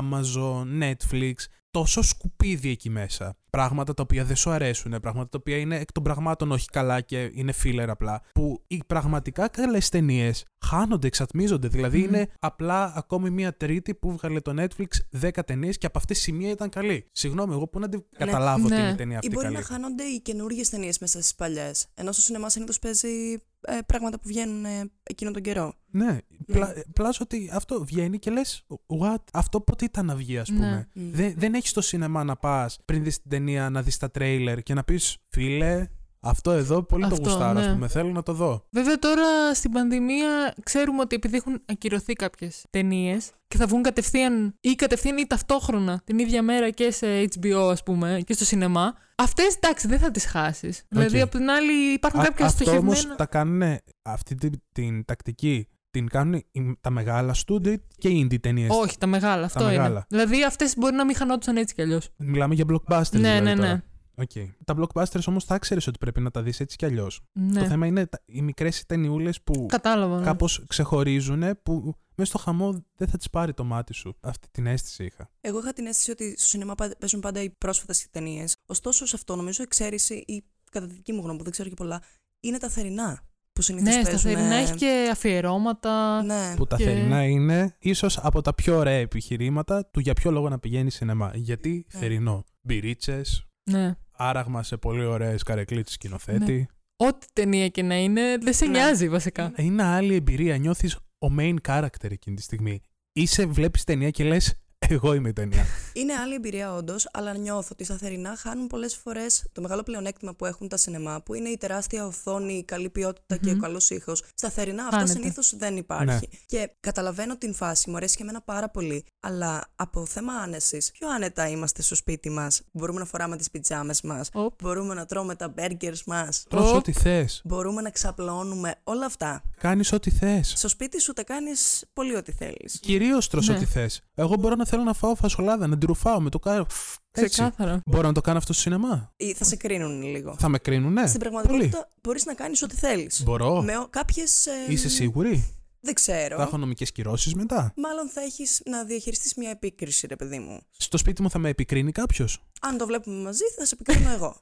Speaker 1: Amazon, Netflix, τόσο σκουπίδι εκεί μέσα. Πράγματα τα οποία δεν σου αρέσουν, πράγματα τα οποία είναι εκ των πραγμάτων όχι καλά και είναι φίλερ απλά. Που οι πραγματικά καλές ταινίες χάνονται, εξατμίζονται. Δηλαδή
Speaker 3: Μμμ.
Speaker 1: είναι απλά ακόμη μία τρίτη που βγάλε το Netflix 10 ταινίες και από αυτές η μία ήταν καλή. Συγγνώμη, εγώ που να την καταλάβω ότι
Speaker 3: Ναι.
Speaker 1: είναι η ταινία
Speaker 2: Ή
Speaker 1: αυτή
Speaker 2: μπορεί
Speaker 1: καλή.
Speaker 2: να χάνονται οι καινούργιες ταινίες μέσα στις παλιές. Ενώ στο σινεμά συνήθως παίζει ε, πράγματα που βγαίνουν ε, εκείνο τον καιρό.
Speaker 1: Ναι,
Speaker 3: Ε.
Speaker 1: πλά, πλάς ότι αυτό βγαίνει και λες what, αυτό πότε ήταν να βγει ας
Speaker 3: Ναι.
Speaker 1: πούμε.
Speaker 2: Μμ.
Speaker 1: Δεν, δεν έχεις το σινεμά να πας πριν δεις την ταινία, να δεις τα τρέιλερ και να πεις φίλε, αυτό εδώ πολύ το
Speaker 3: Αυτό,
Speaker 1: γουστάρω ας
Speaker 3: ναι.
Speaker 1: πούμε, θέλω να το δω.
Speaker 3: Βέβαια τώρα στην πανδημία ξέρουμε ότι επειδή έχουν ακυρωθεί κάποιες ταινίες και θα βγουν κατευθείαν ή κατευθείαν ή ταυτόχρονα την ίδια μέρα και σε HBO, ας πούμε, και στο σινεμά. Αυτές εντάξει, δεν θα τις χάσεις. Δηλαδή, απ' την άλλη, υπάρχουν
Speaker 1: Α-
Speaker 3: κάποια
Speaker 1: αυτό
Speaker 3: στοχευμένα.
Speaker 1: όμως τα κάνουν, ναι, αυτή την, την τακτική την κάνουν οι- τα μεγάλα στούντιο και οι indie ταινίες.
Speaker 3: Όχι, τα μεγάλα. Αυτό είναι.
Speaker 1: μεγάλα.
Speaker 3: Δηλαδή, αυτές μπορεί να μην χανόντουσαν έτσι κι αλλιώς.
Speaker 1: Μιλάμε για blockbusters
Speaker 3: Ναι,
Speaker 1: δηλαδή
Speaker 3: ναι,
Speaker 1: τώρα.
Speaker 3: ναι.
Speaker 1: Οκ. Τα blockbusters όμως θα ξέρεις ότι πρέπει να τα δεις έτσι κι αλλιώς. Το
Speaker 3: ναι.
Speaker 1: θέμα είναι τα- οι μικρές ταινιούλες που...
Speaker 3: Κατάλαβα. ναι.
Speaker 1: κάπως ξεχωρίζουν που μέσα στο χαμό δεν θα τις πάρει το μάτι σου. Αυτή την αίσθηση είχα.
Speaker 2: Εγώ είχα την αίσθηση ότι στο σινεμά πα- παίζουν πάντα οι πρόσφατες ταινίες. Ωστόσο, σε αυτό νομίζω η εξαίρεση, ή κατά τη δική μου γνώμη που δεν ξέρω και πολλά, είναι τα θερινά. Που συνήθως
Speaker 3: Ναι, στα
Speaker 2: παίζουν.
Speaker 3: θερινά
Speaker 2: ε,
Speaker 3: έχει και αφιερώματα.
Speaker 2: Ναι.
Speaker 1: Που τα
Speaker 3: Και-
Speaker 1: θερινά είναι ίσως από τα πιο ωραία επιχειρήματα του για ποιο λόγο να πηγαίνει σινεμά. Γιατί
Speaker 2: Ναι.
Speaker 1: θερινό. Μπυρίτσες,
Speaker 3: Ναι.
Speaker 1: άραγμα σε πολύ ωραίες καρεκλίτσε σκηνοθέτη.
Speaker 3: Ό,τι ταινία και να είναι, δεν σε
Speaker 2: Ναι.
Speaker 3: νοιάζει βασικά.
Speaker 1: Είναι άλλη εμπειρία. Νιώθεις ο main character εκείνη τη στιγμή. Είσαι, βλέπεις ταινία και λες, εγώ είμαι η ταινία.
Speaker 2: Είναι άλλη εμπειρία όντως, αλλά νιώθω ότι στα θερινά χάνουν πολλές φορές το μεγάλο πλεονέκτημα που έχουν τα σινεμά, που είναι η τεράστια οθόνη, η καλή ποιότητα και
Speaker 3: Μμμ.
Speaker 2: ο καλός ήχος. Στα θερινά αυτό
Speaker 3: Χάνεται. Ναι.
Speaker 2: συνήθως δεν υπάρχει. Και καταλαβαίνω την φάση, μου αρέσει και εμένα πάρα πολύ. Αλλά από θέμα άνεσης, πιο άνετα είμαστε στο σπίτι μας. Μπορούμε να φοράμε τις πιτζάμες μας.
Speaker 3: Οπ.
Speaker 2: Μπορούμε να τρώμε τα μπέργκερ μας.
Speaker 1: Τρως
Speaker 3: Οπ.
Speaker 1: ό,τι θες.
Speaker 2: Μπορούμε να ξαπλώνουμε όλα αυτά.
Speaker 1: Κάνεις ό,τι θες.
Speaker 2: Στο σπίτι σου τα κάνεις πολύ ό,τι θέλεις.
Speaker 1: Κυρίως τρώ
Speaker 3: Ναι.
Speaker 1: ό,τι θες. Εγώ μπορώ να θέλω να φάω φασολάδα, να τη ρουφάω με το κάρο. Έτσι.
Speaker 3: Ξεκάθαρα.
Speaker 1: Μπορώ να το κάνω αυτό στο σινεμά.
Speaker 2: Θα σε κρίνουν λίγο.
Speaker 1: Θα με κρίνουν,
Speaker 3: Ε,
Speaker 1: ναι.
Speaker 2: Στην πραγματικότητα μπορείς να κάνεις ό,τι θέλεις.
Speaker 1: Μπορώ.
Speaker 2: Με κάποιε.
Speaker 1: Είσαι σίγουρη.
Speaker 2: Δεν ξέρω.
Speaker 1: Θα έχω νομικές κυρώσεις μετά.
Speaker 2: Μάλλον θα έχεις να διαχειριστείς μια επίκριση, ρε παιδί μου.
Speaker 1: Στο σπίτι μου θα με επικρίνει κάποιος.
Speaker 2: Αν το βλέπουμε μαζί, θα σε επικρίνω εγώ.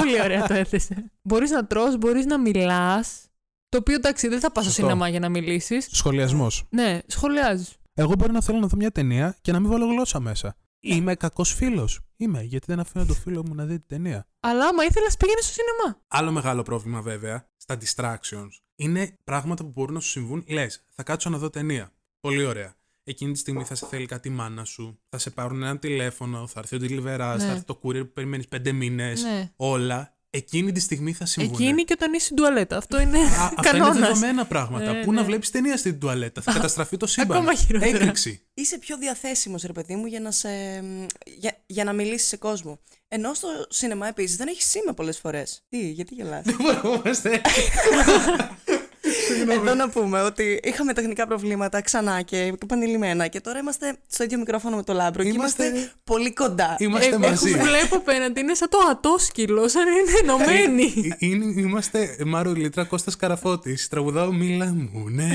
Speaker 3: Πολύ ωραία το έθεσε. Μπορείς να τρως, μπορείς να μιλάς. Το οποίο εντάξει, δεν θα πας στο
Speaker 1: Σωστό.
Speaker 3: σινεμά για να μιλήσεις.
Speaker 1: Σχολιασμός.
Speaker 3: Ναι, σχολιάζεις.
Speaker 1: Εγώ μπορεί να θέλω να δω μια ταινία και να μην βάλω γλώσσα μέσα.
Speaker 2: Ε.
Speaker 1: Είμαι κακός φίλος. Είμαι, γιατί δεν αφήνω το φίλο μου να δει την ταινία.
Speaker 3: Αλλά άμα ήθελες, πήγαινε στο σινεμά.
Speaker 1: Άλλο μεγάλο πρόβλημα βέβαια στα distractions είναι πράγματα που μπορούν να σου συμβούν. Λες, θα κάτσω να δω ταινία. Πολύ ωραία. Εκείνη τη στιγμή θα σε θέλει κάτι η μάνα σου, θα σε πάρουν ένα τηλέφωνο, θα έρθει ο delivery,
Speaker 3: Ναι.
Speaker 1: θα έρθει το courier που περιμένεις πέντε μήνες.
Speaker 3: Ναι.
Speaker 1: Όλα εκείνη τη στιγμή θα συμβούν.
Speaker 3: Εκείνη και όταν είσαι στην τουαλέτα. Αυτό είναι
Speaker 1: Α, αυτά είναι
Speaker 3: κανόνας.
Speaker 1: δεδομένα πράγματα.
Speaker 3: Ναι,
Speaker 1: Πού να
Speaker 3: ναι.
Speaker 1: βλέπεις ταινία στην τουαλέτα, θα καταστραφεί το σύμπαν.
Speaker 3: Ακόμα χειρότερα.
Speaker 1: Έκρηξη.
Speaker 2: Είσαι πιο διαθέσιμος, ρε παιδί μου, για να, σε, για, για να μιλήσεις σε κόσμο. Ενώ στο σινεμά επίσης δεν έχεις σήμα πολλές φορές. Τι, γιατί γελάς
Speaker 1: Ναι, Βαρούμαστε.
Speaker 2: Εδώ να πούμε ότι είχαμε τεχνικά προβλήματα ξανά και επανειλημμένα και τώρα είμαστε στο ίδιο μικρόφωνο με το λάμπρο
Speaker 1: Είμαστε-
Speaker 2: και είμαστε πολύ κοντά.
Speaker 3: Ε,
Speaker 1: Είμαστε μαζί.
Speaker 3: Βλέπω απέναντι, είναι σαν το ατό σκύλο, σαν να είναι ενωμένοι.
Speaker 1: Ε, είναι- είμαστε Μάρο Λίτρα Κώστας Καραφώτης. Τραγουδάω «Μίλα μου, ναι,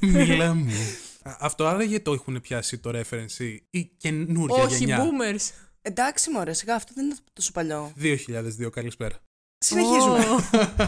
Speaker 1: μίλα μου». Α, Αυτό άραγε το έχουν πιάσει το reference ή η καινούργια
Speaker 3: Όχι,
Speaker 1: γενιά.
Speaker 3: boomers.
Speaker 2: Εντάξει, μωρέ, σιγά, αυτό δεν είναι τόσο παλιό.
Speaker 1: 2002, καλησπέρα.
Speaker 2: Συνεχίζουμε.
Speaker 3: Ω.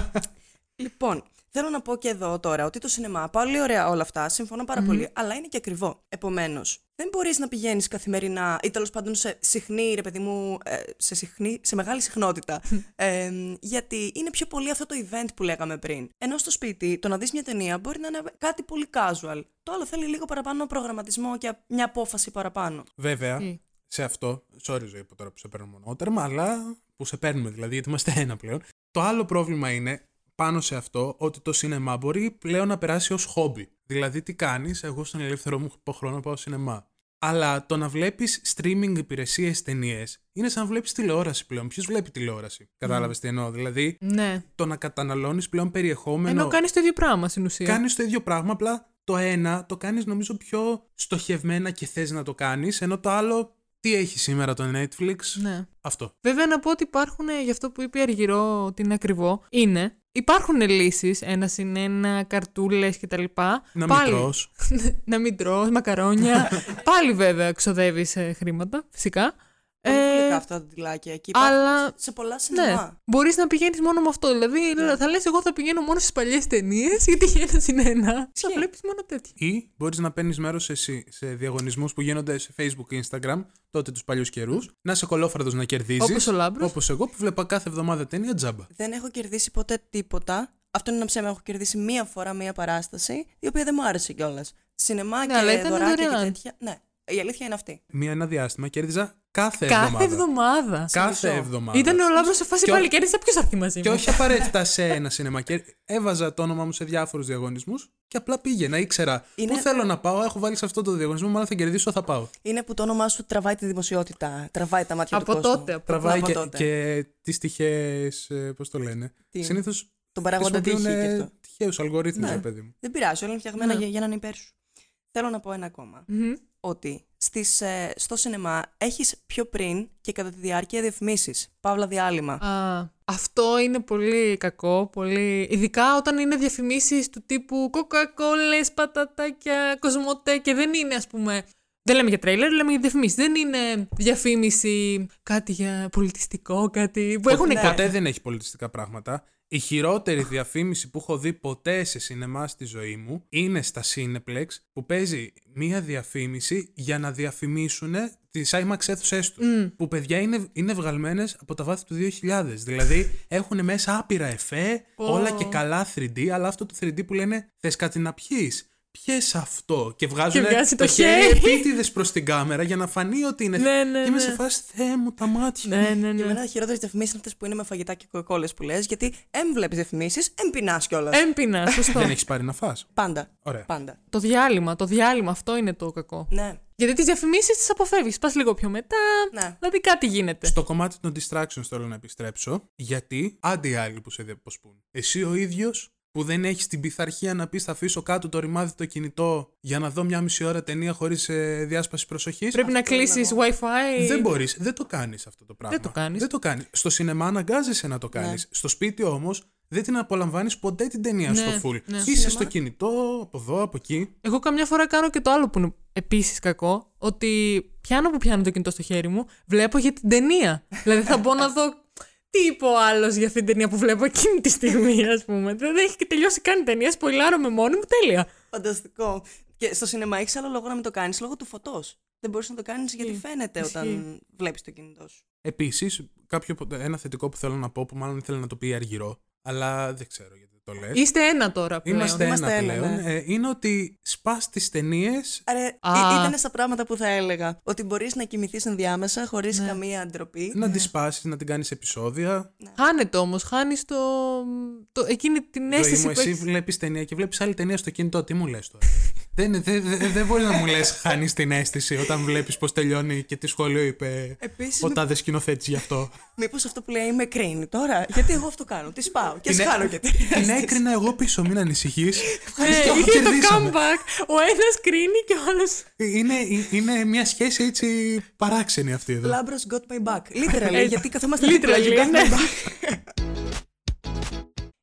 Speaker 2: Λοιπόν, θέλω να πω και εδώ τώρα ότι το σινεμά, πολύ ωραία όλα αυτά, συμφωνώ πάρα πολύ, αλλά είναι και ακριβό. Επομένως, δεν μπορείς να πηγαίνεις καθημερινά ή τέλος πάντων σε συχνή, ρε παιδί μου, ε, σε, συχνή, σε μεγάλη συχνότητα. ε, γιατί είναι πιο πολύ αυτό το event που λέγαμε πριν. Ενώ στο σπίτι, το να δεις μια ταινία μπορεί να είναι κάτι πολύ casual. Το άλλο θέλει λίγο παραπάνω προγραμματισμό και μια απόφαση παραπάνω.
Speaker 1: Βέβαια,
Speaker 3: Τι.
Speaker 1: σε αυτό, sorry ζωή που τώρα που σε παίρνω μονότερμα, αλλά που σε παίρνουμε δηλαδή, γιατί είμαστε ένα πλέον. Το άλλο πρόβλημα είναι πάνω σε αυτό ότι το σινεμά μπορεί πλέον να περάσει ως χόμπι. Δηλαδή τι κάνεις, εγώ στον ελεύθερο μου χρόνο πάω σινεμά. Αλλά το να βλέπεις streaming υπηρεσίες ταινίες είναι σαν να βλέπεις τηλεόραση πλέον. Ποιος βλέπει τηλεόραση. Κατάλαβες τι εννοώ. Δηλαδή
Speaker 3: Ναι.
Speaker 1: το να καταναλώνεις πλέον περιεχόμενο
Speaker 3: Ενώ κάνεις το ίδιο πράγμα στην ουσία.
Speaker 1: κάνεις το ίδιο πράγμα, απλά το ένα το κάνεις νομίζω πιο στοχευμένα και θες να το κάνεις, ενώ το άλλο τι έχει σήμερα το Netflix.
Speaker 3: Ναι.
Speaker 1: Αυτό.
Speaker 3: Βέβαια να πω ότι υπάρχουν, ε, γι' αυτό που είπε η Αργυρό ότι είναι ακριβό, είναι. Υπάρχουν λύσεις, ένα συν ένα, καρτούλες κτλ.
Speaker 1: Να μην
Speaker 3: Πάλι-
Speaker 1: τρως.
Speaker 3: να μην τρως, μακαρόνια. Πάλι βέβαια ξοδεύεις χρήματα, φυσικά.
Speaker 2: Πολύ
Speaker 3: Ε,
Speaker 2: βολικά αυτά τα τυλάκια εκεί.
Speaker 3: αλλά-
Speaker 2: σε- Σε πολλά
Speaker 3: ναι.
Speaker 2: σινεμά.
Speaker 3: Μπορείς να πηγαίνεις μόνο με αυτό.
Speaker 2: Ναι.
Speaker 3: Δηλαδή θα λες: Εγώ θα πηγαίνω μόνο στις παλιές ταινίες, γιατί για ένα συν ένα. Θα βλέπεις μόνο τέτοια.
Speaker 1: Ή μπορείς να παίρνεις μέρος εσύ σε διαγωνισμούς που γίνονται σε Facebook και Instagram, τότε τους παλιούς καιρούς, να είσαι κολόφραδο να κερδίζεις.
Speaker 3: Όπως ο Λάμπρος.
Speaker 1: Όπως εγώ που βλέπα κάθε εβδομάδα ταινία τζάμπα.
Speaker 2: Δεν έχω κερδίσει ποτέ τίποτα. Αυτό είναι ένα ψέμα. Έχω κερδίσει μία φορά μία παράσταση, η οποία δεν μου άρεσε κιόλας. Σινεμά
Speaker 3: Ναι, αλλά
Speaker 2: και
Speaker 3: ήταν
Speaker 2: δωράκια και
Speaker 3: δωρεάν.
Speaker 2: τέτοια. Ναι, η αλήθεια είναι αυτή.
Speaker 1: Μία ένα διάστημα κέρδιζα κάθε,
Speaker 3: Κάθε εβδομάδα.
Speaker 1: Κάθε
Speaker 2: μισό.
Speaker 1: εβδομάδα.
Speaker 3: Ήταν ο Λάμπρο σε φάση
Speaker 1: Και ο-
Speaker 3: πάλι κέρδισα ποιος θα έρθει μαζί
Speaker 1: Και
Speaker 3: μου.
Speaker 1: όχι απαραίτητα σε ένα σινεμά. Και έβαζα το όνομά μου σε διάφορους διαγωνισμούς και απλά πήγαινα. Ήξερα
Speaker 2: Είναι-
Speaker 1: πού θέλω να πάω. Έχω βάλει σε αυτό το διαγωνισμό. Μάλλον θα κερδίσω, θα πάω.
Speaker 2: Είναι που το όνομά σου τραβάει τη δημοσιότητα, τραβάει τα μάτια
Speaker 3: Από
Speaker 2: του κόσμου.
Speaker 3: τότε, από
Speaker 1: Τραβάει
Speaker 2: από
Speaker 1: και,
Speaker 2: τότε.
Speaker 1: και τις τυχαίε. Πώς το λένε.
Speaker 2: Τι?
Speaker 1: Συνήθως
Speaker 2: Τον παράγοντα τύχη και αυτό.
Speaker 1: χρησιμοποιούν τυχαίους αλγορίθμους,
Speaker 2: Ναι.
Speaker 1: ρε παιδί μου.
Speaker 2: Δεν πειράζει, όλα είναι φτιαγμένα
Speaker 3: Ναι.
Speaker 2: για, για έναν υπέρ σου. Θέλω να πω ένα ακόμα.
Speaker 3: Μμμ.
Speaker 2: Ότι στις, ε, στο σινεμά έχεις πιο πριν και κατά τη διάρκεια διαφημίσεις. Παύλα διάλειμμα.
Speaker 3: Α, αυτό είναι πολύ κακό, πολύ... ειδικά όταν είναι διαφημίσεις του τύπου κοκακόλες, πατατάκια, κοσμοτέ και δεν είναι ας πούμε... Δεν λέμε για τρέιλερ, λέμε για διαφημίσεις. Δεν είναι διαφήμιση κάτι για πολιτιστικό, κάτι που έχουν
Speaker 1: Ποτέ-
Speaker 3: κάνει.
Speaker 1: Ποτέ δεν έχει πολιτιστικά πράγματα. Η χειρότερη διαφήμιση που έχω δει ποτέ σε σινεμά στη ζωή μου είναι στα Cineplex που παίζει μία διαφήμιση για να διαφημίσουν τις IMAX αίθουσές τους. Που παιδιά είναι, είναι βγαλμένες από τα βάθη του 2000. Δηλαδή έχουν μέσα άπειρα εφέ, όλα και καλά 3D, αλλά αυτό το 3D που λένε θες κάτι να πιεις. Πιες αυτό και βγάζουν
Speaker 3: βγάζει το χέρι.
Speaker 1: επίτηδες προς την κάμερα για να φανεί ότι είναι.
Speaker 3: Ναι, ναι,
Speaker 1: και είμαι
Speaker 3: ναι.
Speaker 1: σε φάση «Θεέ μου τα μάτια.
Speaker 3: Ναι, ναι,
Speaker 2: Για
Speaker 3: ναι.
Speaker 2: μένα οι χειρότερε διαφημίσεις είναι αυτές που είναι με φαγητά και κοκόλε που λες, γιατί εμ βλέπεις διαφημίσεις, εμ πεινάς κιόλας.
Speaker 3: Έμπεινα, σωστό.
Speaker 1: Δεν έχεις πάρει να φας.
Speaker 2: Πάντα.
Speaker 1: Ε. Ωραία.
Speaker 2: Πάντα.
Speaker 3: το διάλειμμα, το διάλειμμα, αυτό είναι το κακό.
Speaker 2: Ναι.
Speaker 3: Γιατί τις διαφημίσεις τις αποφεύγεις, πας λίγο πιο μετά,
Speaker 2: Ναι.
Speaker 3: δηλαδή κάτι γίνεται.
Speaker 1: Στο κομμάτι των distractions θέλω να επιστρέψω, γιατί άντε οι άλλοι που σε διαποσπούν. Εσύ ο ίδιος που δεν έχεις την πειθαρχία να πεις θα αφήσω κάτω το ρημάδι το κινητό για να δω μια μισή ώρα ταινία χωρίς διάσπαση προσοχής.
Speaker 3: Πρέπει να κλείσεις wifi.
Speaker 1: Δεν μπορείς, δεν το κάνεις αυτό το πράγμα.
Speaker 3: Δεν το κάνεις. Ναι.
Speaker 1: Δεν το κάνεις. Στο σινεμά αναγκάζεσαι να το κάνεις. Στο σπίτι όμως δεν την απολαμβάνεις ποτέ την ταινία
Speaker 3: Ναι,
Speaker 1: στο full.
Speaker 3: ναι.
Speaker 1: Είσαι στο κινητό, από εδώ, από εκεί.
Speaker 3: Εγώ καμιά φορά κάνω και το άλλο που είναι επίσης κακό, ότι πιάνω που πιάνω το κινητό στο χέρι μου, βλέπω για την ταινία. δηλαδή θα μπω να δω τι είπε ο άλλος για αυτή την ταινία που βλέπω εκείνη τη στιγμή, ας πούμε. Δεν έχει και τελειώσει καν η ταινία. Σποϊλάρομαι μόνη μου, τέλεια.
Speaker 2: Φανταστικό. Και στο σινεμά έχεις άλλο λόγο να μην το κάνεις, λόγω του φωτός. Δεν μπορείς να το κάνεις γιατί
Speaker 3: Ισχύει.
Speaker 2: φαίνεται όταν βλέπεις το κινητό σου.
Speaker 1: Επίσης, ένα θετικό που θέλω να πω, που μάλλον ήθελα να το πει η Αργυρό, αλλά δεν ξέρω γιατί το λες.
Speaker 3: Είστε ένα τώρα πλέον.
Speaker 1: Είμαστε,
Speaker 2: Είμαστε
Speaker 1: ένα
Speaker 2: ένα,
Speaker 1: πλέον.
Speaker 2: ναι.
Speaker 1: Ε, είναι ότι σπάς τις ταινίες.
Speaker 2: Άρα
Speaker 3: Α.
Speaker 2: ήταν στα πράγματα που θα έλεγα. Ότι μπορείς να κοιμηθείς ενδιάμεσα χωρίς καμία ντροπή.
Speaker 1: Ναι. Να
Speaker 3: Ναι.
Speaker 1: τη σπάσεις, να την κάνεις επεισόδια.
Speaker 3: Χάνεται όμως, χάνεις το, το, εκείνη την
Speaker 1: Ζωή
Speaker 3: αίσθηση
Speaker 1: μου,
Speaker 3: που
Speaker 1: εσύ
Speaker 3: έχεις.
Speaker 1: βλέπεις ταινία και βλέπεις άλλη ταινία στο κινητό. Τι μου λες τώρα. δεν δεν δεν- δεν μπορεί να μου λες, χάνεις την αίσθηση όταν βλέπεις πώς τελειώνει και τι σχόλιο
Speaker 3: Ε,
Speaker 1: είπε
Speaker 2: Επίσης,
Speaker 1: ο τάδες σκηνοθέτης γι' αυτό.
Speaker 2: μήπως αυτό που λέει με κρίνει τώρα. Γιατί εγώ αυτό κάνω. Τη σπάω και
Speaker 1: Την έ-
Speaker 2: σκάνω και
Speaker 1: Την έκρινα εγώ πίσω, μην ανησυχείς.
Speaker 3: Ε, είχε το comeback. Ο ένας κρίνει και ο άλλος.
Speaker 1: Ε, Είναι, είναι μια σχέση έτσι παράξενη αυτή εδώ.
Speaker 2: Λάμπρος got my back. Ε, Literally,
Speaker 3: Έτσι.
Speaker 2: γιατί καθόμαστε
Speaker 3: Literally,
Speaker 2: δίπλα, you got my
Speaker 3: ναι.
Speaker 2: back.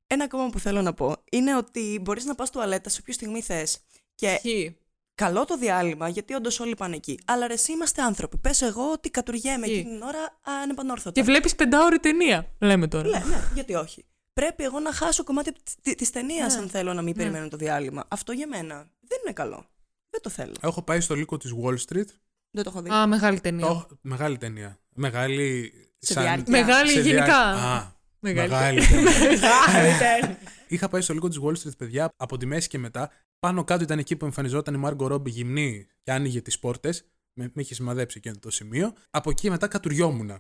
Speaker 2: Ένα ακόμα που θέλω να πω είναι ότι μπορείς να πας τουαλέτα σε όποια στιγμή θες.
Speaker 1: Ε,
Speaker 2: Και καλό το διάλειμμα, γιατί όντως όλοι πάνε εκεί. Αλλά ρε, εσύ είμαστε άνθρωποι. Πες εγώ ότι κατουργέμαι
Speaker 3: Ισχύει.
Speaker 2: εκείνη την ώρα ανεπανόρθωτα.
Speaker 3: Και βλέπεις πεντάωρη ταινία, λέμε τώρα.
Speaker 2: Ναι, ναι, γιατί όχι. Πρέπει εγώ να χάσω κομμάτι τη ταινία αν θέλω να μην περιμένω το διάλειμμα. Αυτό για μένα δεν είναι καλό. Δεν το θέλω.
Speaker 1: Έχω πάει στο λύκο της Wall Street.
Speaker 2: Δεν το έχω δει.
Speaker 3: Α, μεγάλη ταινία.
Speaker 1: Ναι. Το- μεγάλη ταινία. Μεγάλη.
Speaker 2: Σε διάρκεια.
Speaker 3: Μεγάλη
Speaker 1: σε διά-
Speaker 3: γενικά.
Speaker 1: Α,
Speaker 3: Μεγάλη.
Speaker 1: μεγάλη ταινία.
Speaker 2: Χάρητε.
Speaker 1: Είχα πάει στο λύκο της Wall Street, παιδιά, από τη μέση και μετά. Πάνω κάτω ήταν εκεί που εμφανιζόταν η Μάργκο Ρόμπι γυμνή και άνοιγε τις πόρτες. Με, με είχε σημαδέψει εκείνο το σημείο. Από εκεί και μετά κατουριόμουν.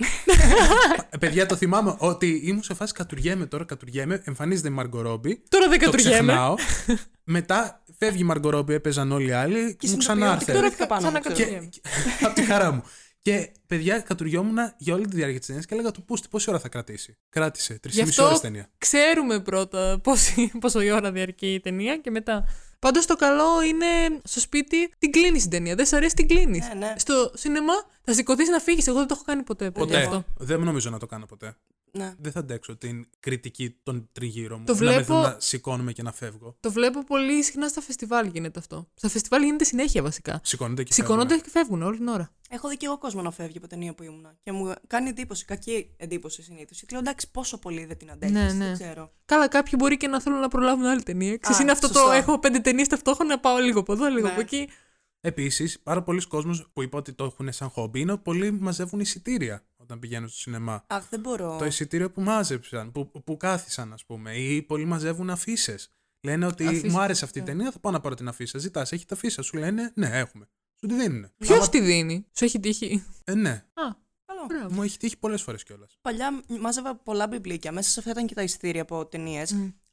Speaker 1: παιδιά, το θυμάμαι ότι ήμουν σε φάση κατουριέμαι τώρα, κατουριέμαι. Εμφανίζεται η Μάργκο Ρόμπι.
Speaker 3: Τώρα δεν
Speaker 1: Το
Speaker 3: κατουργέμαι.
Speaker 1: ξεχνάω. μετά φεύγει η Μαργκο Ρόμπι, έπαιζαν όλοι οι άλλοι και μου
Speaker 2: συνειδητοποιώ ότι
Speaker 1: ξανάρθε.
Speaker 2: τώρα
Speaker 3: Τώρα θα
Speaker 2: Πάνω,
Speaker 3: ξανά
Speaker 2: ξέρω.
Speaker 1: Και,
Speaker 3: κατουργέμαι.
Speaker 1: από τη χαρά μου. Και παιδιά, κατουριόμουν για όλη τη διάρκεια της ταινίας και έλεγα του πούστη πόση ώρα θα κρατήσει. Κράτησε.
Speaker 3: Γι'
Speaker 1: 3,5
Speaker 3: αυτό
Speaker 1: ώρες ταινία.
Speaker 3: ξέρουμε πρώτα πόση, πόσο η ώρα διαρκεί η ταινία και μετά. Πάντως το καλό είναι στο σπίτι την κλείνεις την ταινία. Δεν σ' αρέσει την κλείνεις.
Speaker 2: Ναι, ναι.
Speaker 3: Στο σινεμά θα σηκωθείς να φύγεις. Εγώ δεν το έχω κάνει ποτέ. παιδιά,
Speaker 1: Ποτέ.
Speaker 3: Αυτό.
Speaker 1: Δεν νομίζω να το κάνω ποτέ.
Speaker 2: Ναι.
Speaker 1: Δεν θα αντέξω την κριτική των τριγύρω μου.
Speaker 3: Το
Speaker 1: Να με
Speaker 3: βλέπω-
Speaker 1: δουν να σηκώνομαι και να φεύγω.
Speaker 3: Το βλέπω πολύ συχνά στα φεστιβάλ γίνεται αυτό. Στα φεστιβάλ γίνεται συνέχεια βασικά.
Speaker 1: Σηκώνονται και
Speaker 3: Σηκώνονται
Speaker 1: φεύγουν.
Speaker 3: και φεύγουν όλη την ώρα.
Speaker 2: Έχω δει και εγώ κόσμο να φεύγει από ταινία που ήμουνα. Και μου κάνει εντύπωση, κακή εντύπωση συνήθως. Και λέω εντάξει, πόσο πολύ δεν την αντέχεις.
Speaker 3: Ναι,
Speaker 2: Δεν
Speaker 3: ναι.
Speaker 2: ξέρω.
Speaker 3: Καλά, κάποιοι μπορεί και να θέλουν να προλάβουν άλλη ταινία. Ξέρεις,
Speaker 2: Α,
Speaker 3: είναι αυτό το
Speaker 2: σωστό.
Speaker 3: έχω πέντε ταινίες ταυτόχρονα, πάω λίγο από εδώ, λίγο
Speaker 2: Ναι.
Speaker 3: από εκεί.
Speaker 1: Επίσης, πάρα πολλοί κόσμοι που είπα ότι το έχουν σαν χόμπι είναι ότι πολλοί μαζεύουν εισιτήρια όταν πηγαίνουν στο σινεμά.
Speaker 2: Αχ, δεν μπορώ.
Speaker 1: Το εισιτήριο που μάζεψαν, που, που κάθισαν, ας πούμε, ή πολλοί μαζεύουν αφήσει. Λένε ότι
Speaker 3: Αφήσεις,
Speaker 1: μου άρεσε αυτή η
Speaker 3: ναι.
Speaker 1: ταινία, θα πάω να πάρω την αφήσα. Ζητάς, έχει τα αφήσα. Σου λένε, ναι, έχουμε. Σου τη δίνουν.
Speaker 2: Ναι.
Speaker 3: Ποιο τη δίνει, σου έχει τύχει.
Speaker 1: Ε, ναι,
Speaker 3: Α,
Speaker 2: Καλό.
Speaker 3: μπράβο.
Speaker 1: μου έχει τύχει πολλές φορές κιόλας.
Speaker 2: Παλιά μάζευα πολλά βιβλίκια. Μέσα σε αυτά ήταν και τα εισιτήρια από ταινίες.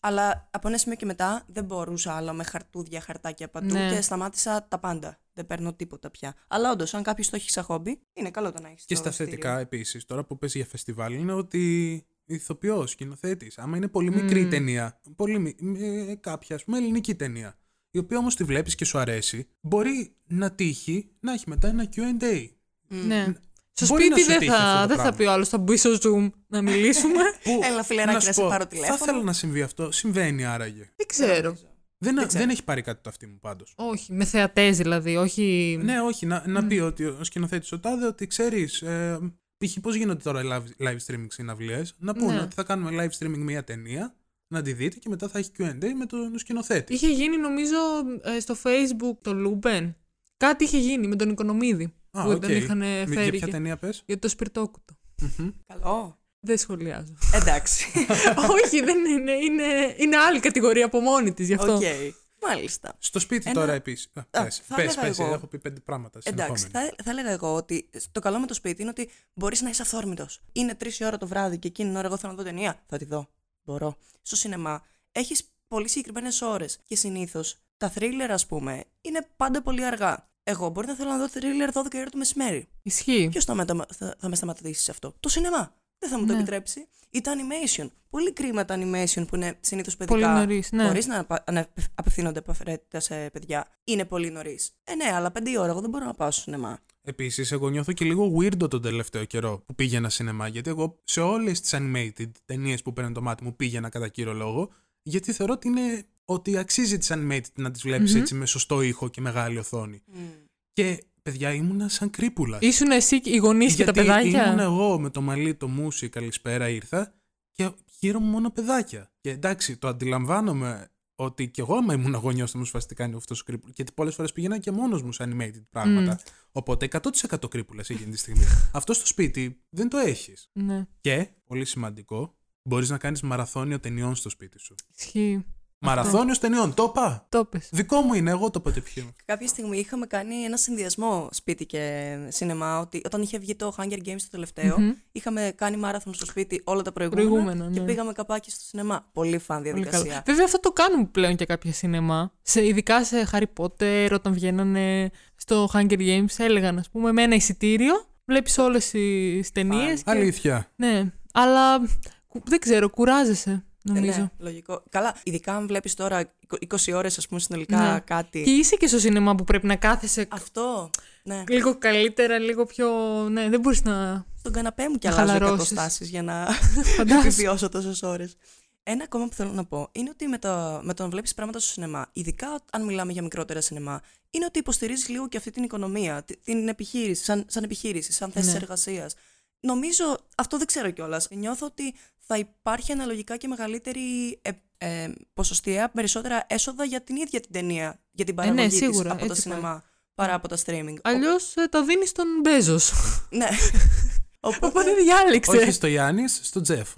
Speaker 2: Αλλά από ένα σημείο και μετά δεν μπορούσα άλλο με χαρτούδια, χαρτάκια παντού
Speaker 3: Ναι.
Speaker 2: και σταμάτησα τα πάντα. Δεν παίρνω τίποτα πια. Αλλά όντως, αν κάποιος το έχει σαν χόμπι, είναι καλό το να έχεις.
Speaker 1: Και στα θετικά επίσης, τώρα που πες για φεστιβάλ, είναι ότι ηθοποιός, σκηνοθέτης, άμα είναι πολύ μικρή η ταινία, πολύ, μι- ε, κάποια ας πούμε ελληνική ταινία, η οποία όμως τη βλέπεις και σου αρέσει, μπορεί να τύχει να έχει μετά ένα QA.
Speaker 3: Ναι. Στο
Speaker 1: Μπορεί να
Speaker 3: σπίτι
Speaker 1: σου
Speaker 3: δεν
Speaker 1: τύχει αυτό
Speaker 3: θα,
Speaker 1: το
Speaker 3: δεν θα
Speaker 1: πράγμα.
Speaker 3: πει ο άλλος, θα μπει στο Zoom να μιλήσουμε.
Speaker 1: Που,
Speaker 2: Έλα, φιλεράκι, να
Speaker 1: σου
Speaker 2: σε
Speaker 1: πω,
Speaker 2: πάρω τηλέφωνο.
Speaker 1: Θα ήθελα να συμβεί αυτό. Συμβαίνει άραγε.
Speaker 3: δεν ξέρω.
Speaker 1: Δεν, δεν, έχει πάρει κάτι το αυτή μου πάντως.
Speaker 3: όχι, με θεατές δηλαδή, όχι.
Speaker 1: Ναι, όχι, να, να πει ότι ο σκηνοθέτης ο Τάδε ότι ξέρεις. Ε, π.χ. πώς γίνονται τώρα οι live, live streaming συναυλίες. Να πούνε
Speaker 3: Ναι.
Speaker 1: ότι θα κάνουμε live streaming μία ταινία, να τη δείτε και μετά θα έχει QA με τον σκηνοθέτη.
Speaker 3: Είχε γίνει νομίζω ε, στο Facebook το Λούμπεν. Κάτι είχε γίνει με τον Οικονομίδη
Speaker 1: Α,
Speaker 3: που
Speaker 1: οκ.
Speaker 3: τον είχαν
Speaker 1: Μη- Για
Speaker 3: φέρει.
Speaker 1: ποια
Speaker 3: και-
Speaker 1: ταινία πες.
Speaker 3: για το σπιρτόκουτο.
Speaker 2: Καλό.
Speaker 3: Δεν σχολιάζω.
Speaker 2: Εντάξει.
Speaker 3: όχι, δεν είναι, είναι. Είναι άλλη κατηγορία από μόνη της γι' αυτό.
Speaker 2: Οκ. Μάλιστα.
Speaker 1: Στο σπίτι
Speaker 2: Ένα-
Speaker 1: τώρα επίσης.
Speaker 2: Α,
Speaker 1: Πε,
Speaker 2: θα
Speaker 1: πες,
Speaker 2: έλεγα
Speaker 1: πες,
Speaker 2: εγώ.
Speaker 1: έχω πει πέντε πράγματα.
Speaker 2: Εντάξει,
Speaker 1: συνεχόμενα.
Speaker 2: θα, θα έλεγα εγώ ότι το καλό με το σπίτι είναι ότι μπορείς να είσαι αυθόρμητος. Είναι τρεις η ώρα το βράδυ και εκείνη την ώρα εγώ θέλω να δω ταινία. Θα τη δω. Μπορώ. Στο σινεμά έχεις πολύ συγκεκριμένες ώρες και συνήθως τα θρίλερ, ας πούμε, είναι πάντα πολύ αργά. Εγώ μπορεί να θέλω να δω θρίλερ 12 η ώρα το μεσημέρι.
Speaker 3: Ισχύει.
Speaker 2: Ποιος θα, με τα- θα, θα με σταματήσει σε αυτό. Το σινεμά. Δεν θα μου το
Speaker 3: Ναι.
Speaker 2: επιτρέψει. Ή τα animation. Πολύ κρίμα τα animation που είναι συνήθως παιδικά.
Speaker 3: Πολύ νωρίς. Ναι.
Speaker 2: Χωρίς να απα- να απε- απευθύνονται απαραίτητα σε παιδιά. Είναι πολύ νωρίς. Ε, ναι, αλλά πέντε η ώρα. Εγώ δεν μπορώ να πάω στο σινεμά.
Speaker 1: Επίσης, εγώ νιώθω και λίγο weirdo τον τελευταίο καιρό που πήγαινα σινεμά. Γιατί εγώ σε όλες τις animated ταινίες που παίρνουν το μάτι μου πήγαινα κατά κύριο λόγο. Γιατί θεωρώ ότι είναι ότι αξίζει τι animated να τις βλεπει έτσι με σωστό ήχο και μεγάλη οθόνη. Και Παιδιά, ήμουνα σαν κρύπουλας.
Speaker 3: Ήσουν εσύ και οι γονείς και τα
Speaker 1: Γιατί
Speaker 3: παιδάκια.
Speaker 1: Ήμουν εγώ με το μαλλί, το μουσι, καλησπέρα ήρθα και γύρω μου μόνο παιδάκια. Και εντάξει, το αντιλαμβάνομαι ότι κι εγώ, άμα ήμουν γονιός, θα μου σου φαστεί κάνει αυτό ο κρύπουλας. Γιατί πολλές φορές πήγαινα και μόνος μου σε animated πράγματα. Οπότε 100% κρύπουλας εκείνη τη στιγμή. αυτό στο σπίτι δεν το έχεις.
Speaker 3: Ναι,
Speaker 1: Και, πολύ σημαντικό, μπορείς να κάνεις μαραθώνιο ταινιών στο σπίτι σου.
Speaker 3: ισχύει.
Speaker 1: Μαραθώνιος ταινιών, το είπα.
Speaker 3: Το πες.
Speaker 1: Δικό μου είναι, εγώ το πετυχαίνω.
Speaker 2: Κάποια στιγμή είχαμε κάνει ένα συνδυασμό σπίτι και σινεμά. Ότι όταν είχε βγει το Hunger Games το τελευταιο
Speaker 3: Μμμ.
Speaker 2: είχαμε κάνει μάραθον στο σπίτι όλα τα προηγούμενα.
Speaker 3: Προηγούμενα,
Speaker 2: Και
Speaker 3: ναι.
Speaker 2: πήγαμε καπάκι στο σινεμά. Πολύ φαν
Speaker 3: Πολύ καλό.
Speaker 2: διαδικασία.
Speaker 3: Βέβαια, αυτό το κάνουν πλέον και κάποια σινεμά. Σε, ειδικά σε Harry Potter, όταν βγαίνανε στο Hunger Games, έλεγαν, ας πούμε, με ένα εισιτήριο. Βλέπεις όλες τις ταινίες.
Speaker 2: Φαν.
Speaker 1: Αλήθεια.
Speaker 3: Ναι, αλλά κου- δεν ξέρω, κουράζεσαι, νομίζω.
Speaker 2: Ναι, λογικό. Καλά, ειδικά αν βλέπεις τώρα 20 ώρες, ας πούμε, συνολικά
Speaker 3: Ναι.
Speaker 2: κάτι.
Speaker 3: Και είσαι και στο σινεμά που πρέπει να κάθεσαι
Speaker 2: Αυτό. Ναι.
Speaker 3: λίγο καλύτερα, λίγο πιο. Ναι, δεν μπορείς να.
Speaker 2: Στον καναπέ μου και
Speaker 3: Να
Speaker 2: αλλάζω
Speaker 3: χαλαρώσεις.
Speaker 2: καταστάσει για να
Speaker 3: Φαντάζομαι.
Speaker 2: επιβιώσω τόσες ώρες. Ένα ακόμα που θέλω να πω είναι ότι με το, με το να βλέπεις πράγματα στο σινεμά, ειδικά αν μιλάμε για μικρότερα σινεμά, είναι ότι υποστηρίζεις λίγο και αυτή την οικονομία, τη- την επιχείρηση, σαν, σαν επιχείρηση, σαν θέση
Speaker 3: Ναι.
Speaker 2: εργασίας. Νομίζω, αυτό δεν ξέρω κιόλας. Νιώθω ότι θα υπάρχει αναλογικά και μεγαλύτερη ε, ε, ποσοστιαία περισσότερα έσοδα για την ίδια την ταινία, για την
Speaker 3: ναι,
Speaker 2: παραγωγή της
Speaker 3: σίγουρα,
Speaker 2: από τα
Speaker 3: έτσι πάει.
Speaker 2: σινεμά παρά από τα streaming.
Speaker 3: Αλλιώς ε, τα δίνεις στον Μπέζος.
Speaker 2: Ο- ναι.
Speaker 3: Οπότε διάλεξε.
Speaker 1: Όχι στο Γιάννης, στο Τζεφ.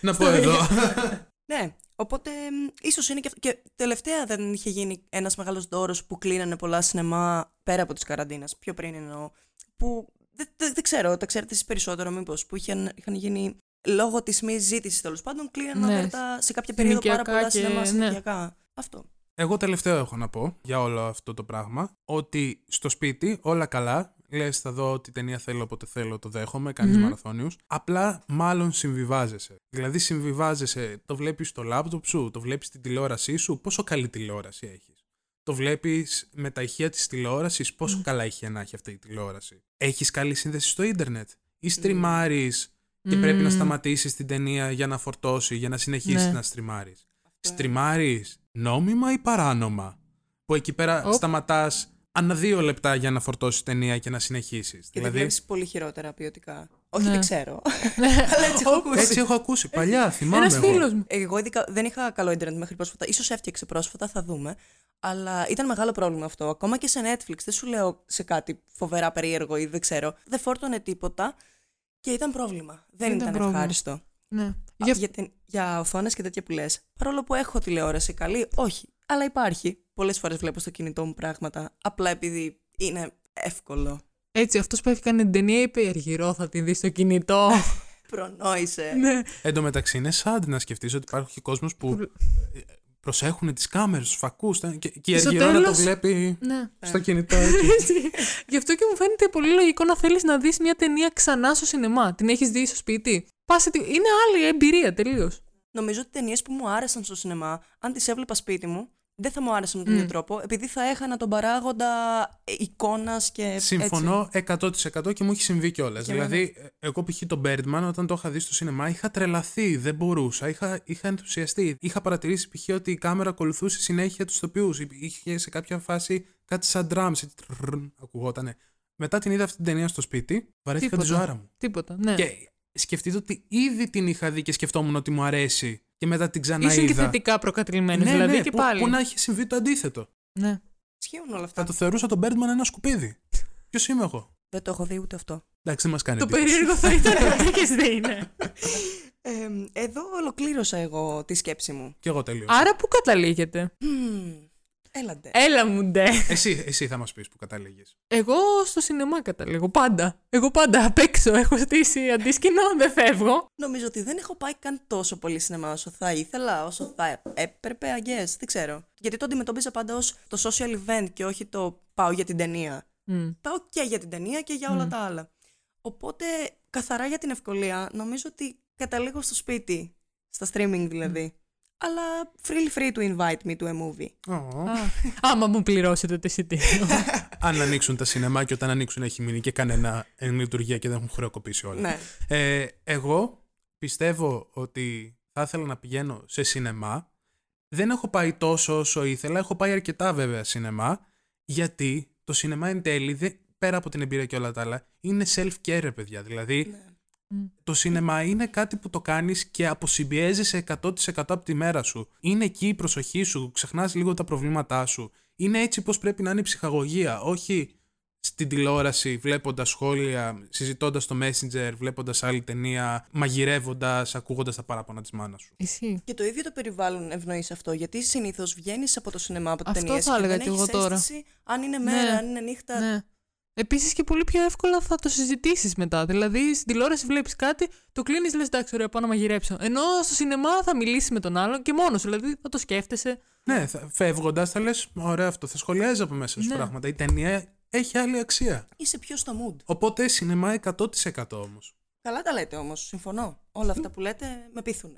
Speaker 1: να πω εδώ.
Speaker 2: Ναι, οπότε μ, ίσως είναι και αυτό. Και τελευταία δεν είχε γίνει ένας μεγάλος δώρος που κλείνανε πολλά σινεμά πέρα από τις καραντίνας, πιο πριν εννοώ, που δεν, δεν, δεν ξέρω, τα ξέρετε εσείς περισσότερο μήπως, που είχαν, είχαν γίνει λόγω της μη ζήτησης τέλος πάντων, κλείνανε
Speaker 3: Ναι,
Speaker 2: αβέρτα σε κάποια περίοδο πάρα
Speaker 3: συνοικιακά
Speaker 2: πολλά
Speaker 3: και-
Speaker 2: σινεμά
Speaker 3: ναι.
Speaker 2: συνοικιακά. Αυτό.
Speaker 1: Εγώ τελευταίο έχω να πω για όλο αυτό το πράγμα. Ότι στο σπίτι όλα καλά. Λες, θα δω τι ταινία θέλω, όποτε θέλω, το δέχομαι. Κάνεις
Speaker 3: Μμμ.
Speaker 1: μαραθώνιους. Απλά μάλλον συμβιβάζεσαι. Δηλαδή, συμβιβάζεσαι. Το βλέπεις στο λάπτοπ σου, το βλέπεις στην τηλεόρασή σου. Πόσο καλή τηλεόραση έχεις. Το βλέπεις με τα ηχεία της τηλεόρασης. Πόσο καλά ηχεία να έχει αυτή η τηλεόραση. Έχεις καλή σύνδεση στο ίντερνετ. Ή στριμάρεις και
Speaker 3: Μμμ.
Speaker 1: πρέπει να σταματήσεις την ταινία για να φορτώσει, για να συνεχίσεις
Speaker 3: Ναι.
Speaker 1: να στριμάρεις. Στριμάρεις νόμιμα ή παράνομα. Που εκεί πέρα
Speaker 3: Οπ.
Speaker 1: σταματάς ανά δύο λεπτά για να φορτώσεις ταινία και να συνεχίσεις.
Speaker 2: Και δηλαδή... βλέπεις πολύ χειρότερα ποιοτικά. Όχι,
Speaker 3: Ναι.
Speaker 2: δεν ξέρω. Αλλά έτσι έχω ακούσει.
Speaker 1: έτσι έχω ακούσει παλιά, θυμάμαι.
Speaker 3: Ένα
Speaker 1: εγώ.
Speaker 3: φίλο μου.
Speaker 2: Εγώ ειδικά δεν είχα καλό Ιντερνετ μέχρι πρόσφατα. ίσως έφτιαξε πρόσφατα, θα δούμε. Αλλά ήταν μεγάλο πρόβλημα αυτό. Ακόμα και σε Netflix, δεν σου λέω σε κάτι φοβερά περίεργο ή δεν ξέρω. Δεν φόρτωνε τίποτα και ήταν πρόβλημα. Δεν
Speaker 3: Ήταν
Speaker 2: ήταν,
Speaker 3: πρόβλημα.
Speaker 2: ευχάριστο.
Speaker 3: Ναι.
Speaker 2: Για, για, την- για οθόνες και τέτοια που λες. Παρόλο που έχω τηλεόραση καλή, όχι. Αλλά υπάρχει. Πολλές φορές βλέπω στο κινητό μου πράγματα. Απλά επειδή είναι εύκολο.
Speaker 3: Έτσι, αυτός που έφυγαν την ταινία είπε Εργυρό, θα τη δεις στο κινητό.
Speaker 2: Προνόησε.
Speaker 3: ναι.
Speaker 1: Εν τω μεταξύ, είναι sad να σκεφτείς ότι υπάρχει κόσμος που προσέχουν τις κάμερες, τους φακούς και, και η
Speaker 3: Στο
Speaker 1: Αργυρό να το
Speaker 3: τέλος-
Speaker 1: βλέπει
Speaker 3: ναι.
Speaker 1: στο κινητό. έτσι.
Speaker 3: Γι' αυτό και μου φαίνεται πολύ λογικό να θέλεις να δεις μια ταινία ξανά στο σινεμά. Την έχεις δει στο σπίτι. Πας σε τη- Είναι άλλη εμπειρία τελείως.
Speaker 2: Νομίζω ότι ταινίες που μου άρεσαν στο σινεμά, αν τις έβλεπα σπίτι μου, δεν θα μου άρεσαν με τον ίδιο τρόπο, επειδή θα έχανα τον παράγοντα εικόνας και.
Speaker 1: Συμφωνώ 100% και μου έχει συμβεί κιόλας.
Speaker 2: εμένα.
Speaker 1: Δηλαδή, ε, εγώ π.χ. τον Birdman όταν το είχα δει στο σινεμά είχα τρελαθεί, δεν μπορούσα, είχα, είχα ενθουσιαστεί. Είχα παρατηρήσει π.χ. ότι η κάμερα ακολουθούσε συνέχεια τους τοπιούς. Είχε σε κάποια φάση κάτι σαν drums, έτσι, τρρρρρ, ακουγότανε. Μετά την είδα αυτή την ταινία στο σπίτι, βαρέθηκα τη
Speaker 3: Τίποτα.
Speaker 1: ζωάρα μου.
Speaker 3: Τίποτα. Ναι.
Speaker 1: Και σκεφτείτε ότι ήδη την είχα δει και σκεφτόμουν ότι μου αρέσει και μετά την ξαναείδα.
Speaker 3: Ήσουν και θετικά προκατηλμένο.
Speaker 1: Ναι,
Speaker 3: δηλαδή
Speaker 1: ναι,
Speaker 3: και
Speaker 1: που,
Speaker 3: πάλι.
Speaker 1: Που να είχε συμβεί το αντίθετο.
Speaker 3: Ναι.
Speaker 2: Σχέουν όλα
Speaker 1: Θα
Speaker 2: αυτά.
Speaker 1: το θεωρούσα τον Birdman ένα σκουπίδι. Ποιος είμαι εγώ.
Speaker 2: Δεν το έχω δει ούτε αυτό.
Speaker 1: Εντάξει, δεν μας κάνει
Speaker 3: Το
Speaker 1: εντύπωση.
Speaker 3: περίεργο θα ήταν να το είχε δει, ναι.
Speaker 2: Ε, εδώ ολοκλήρωσα εγώ τη σκέψη μου.
Speaker 1: Κι εγώ τελείωσα.
Speaker 3: Άρα πού καταλήγεται.
Speaker 2: Μμμ. Έλαντε.
Speaker 3: Έλα μου ντε.
Speaker 1: Εσύ, εσύ θα μας πεις που καταλήγεις.
Speaker 3: Εγώ στο σινεμά καταλήγω. Πάντα. Εγώ πάντα απ' έξω. Έχω στήσει αντίσκηνο, δεν φεύγω.
Speaker 2: Νομίζω ότι δεν έχω πάει καν τόσο πολύ σινεμά όσο θα ήθελα, όσο θα έπρεπε, I guess. Δεν ξέρω. Γιατί το αντιμετώπιζα πάντα ως το social event και όχι το πάω για την ταινία.
Speaker 3: Μμ.
Speaker 2: πάω και για την ταινία και για όλα τα άλλα. Οπότε, καθαρά για την ευκολία, νομίζω ότι καταλήγω στο σπίτι, στα streaming δηλαδή. Αλλά freely free to invite me to a movie.
Speaker 3: Άμα μου πληρώσετε το εισιτήριο.
Speaker 1: Αν ανοίξουν τα σινεμά και όταν ανοίξουν έχει μείνει και κανένα εν λειτουργία και δεν έχουν χρεοκοπήσει όλα.
Speaker 2: ναι.
Speaker 1: Ε, εγώ πιστεύω ότι θα ήθελα να πηγαίνω σε σινεμά. Δεν έχω πάει τόσο όσο ήθελα. Έχω πάει αρκετά βέβαια σινεμά. Γιατί το σινεμά εν τέλει δεν, πέρα από την εμπειρία και όλα τα άλλα, είναι self-care, ρε παιδιά. Δηλαδή,
Speaker 2: Ναι.
Speaker 1: το σινεμά είναι κάτι που το κάνεις και αποσυμπιέζεσαι 100% από τη μέρα σου. Είναι εκεί η προσοχή σου, ξεχνάς λίγο τα προβλήματά σου. Είναι έτσι πώς πρέπει να είναι η ψυχαγωγία, όχι στην τηλεόραση, βλέποντας σχόλια, συζητώντας το Messenger, βλέποντας άλλη ταινία, μαγειρεύοντας, ακούγοντας τα παράπονα της μάνας σου.
Speaker 3: Ισχύει.
Speaker 2: Και το ίδιο το περιβάλλον ευνοείς σε αυτό. Γιατί συνήθως βγαίνεις από το σινεμά, από την
Speaker 3: Αυτό
Speaker 2: ταινία
Speaker 3: θα έλεγα
Speaker 2: και
Speaker 3: κι
Speaker 2: δεν
Speaker 3: εγώ
Speaker 2: έχεις
Speaker 3: τώρα.
Speaker 2: αίσθηση αν είναι μέρα,
Speaker 3: Ναι.
Speaker 2: αν είναι νύχτα.
Speaker 3: Ναι. Επίσης και πολύ πιο εύκολα θα το συζητήσεις μετά. Δηλαδή στην τηλεόραση βλέπεις κάτι, το κλείνεις, λες εντάξει, ωραία, πάω να μαγειρέψω. Ενώ στο σινεμά θα μιλήσεις με τον άλλον και μόνος, δηλαδή θα το σκέφτεσαι.
Speaker 1: Ναι, φεύγοντας θα λες: Ωραία, αυτό θα σχολιάζει από μέσα σου
Speaker 3: Ναι.
Speaker 1: πράγματα. Η ταινία έχει άλλη αξία.
Speaker 2: Είσαι πιο στο mood.
Speaker 1: Οπότε σινεμά 100% όμως.
Speaker 2: Καλά τα λέτε όμως, συμφωνώ. Όλα αυτά που λέτε με πείθουν.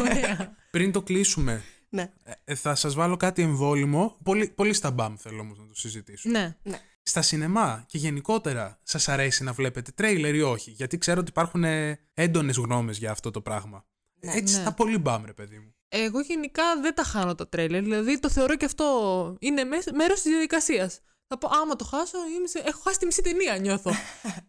Speaker 3: Ωραία.
Speaker 1: Πριν το κλείσουμε,
Speaker 2: ναι.
Speaker 1: Ε, θα σας βάλω κάτι εμβόλυμο, πολύ, πολύ στα μπαμ θέλω όμως να το συζητήσω.
Speaker 3: ναι.
Speaker 1: Στα σινεμά και γενικότερα σας αρέσει να βλέπετε τρέιλερ ή όχι, γιατί ξέρω ότι υπάρχουν ε, έντονες γνώμες για αυτό το πράγμα.
Speaker 2: Ναι,
Speaker 1: Έτσι
Speaker 3: ναι.
Speaker 1: στα πολύ μπαμ ρε παιδί μου.
Speaker 3: Εγώ γενικά δεν τα χάνω τα τρέλερ. Δηλαδή το θεωρώ και αυτό είναι μέρος της διαδικασίας. Θα πω, άμα το χάσω, είμαι σε- έχω χάσει τη μισή ταινία, νιώθω.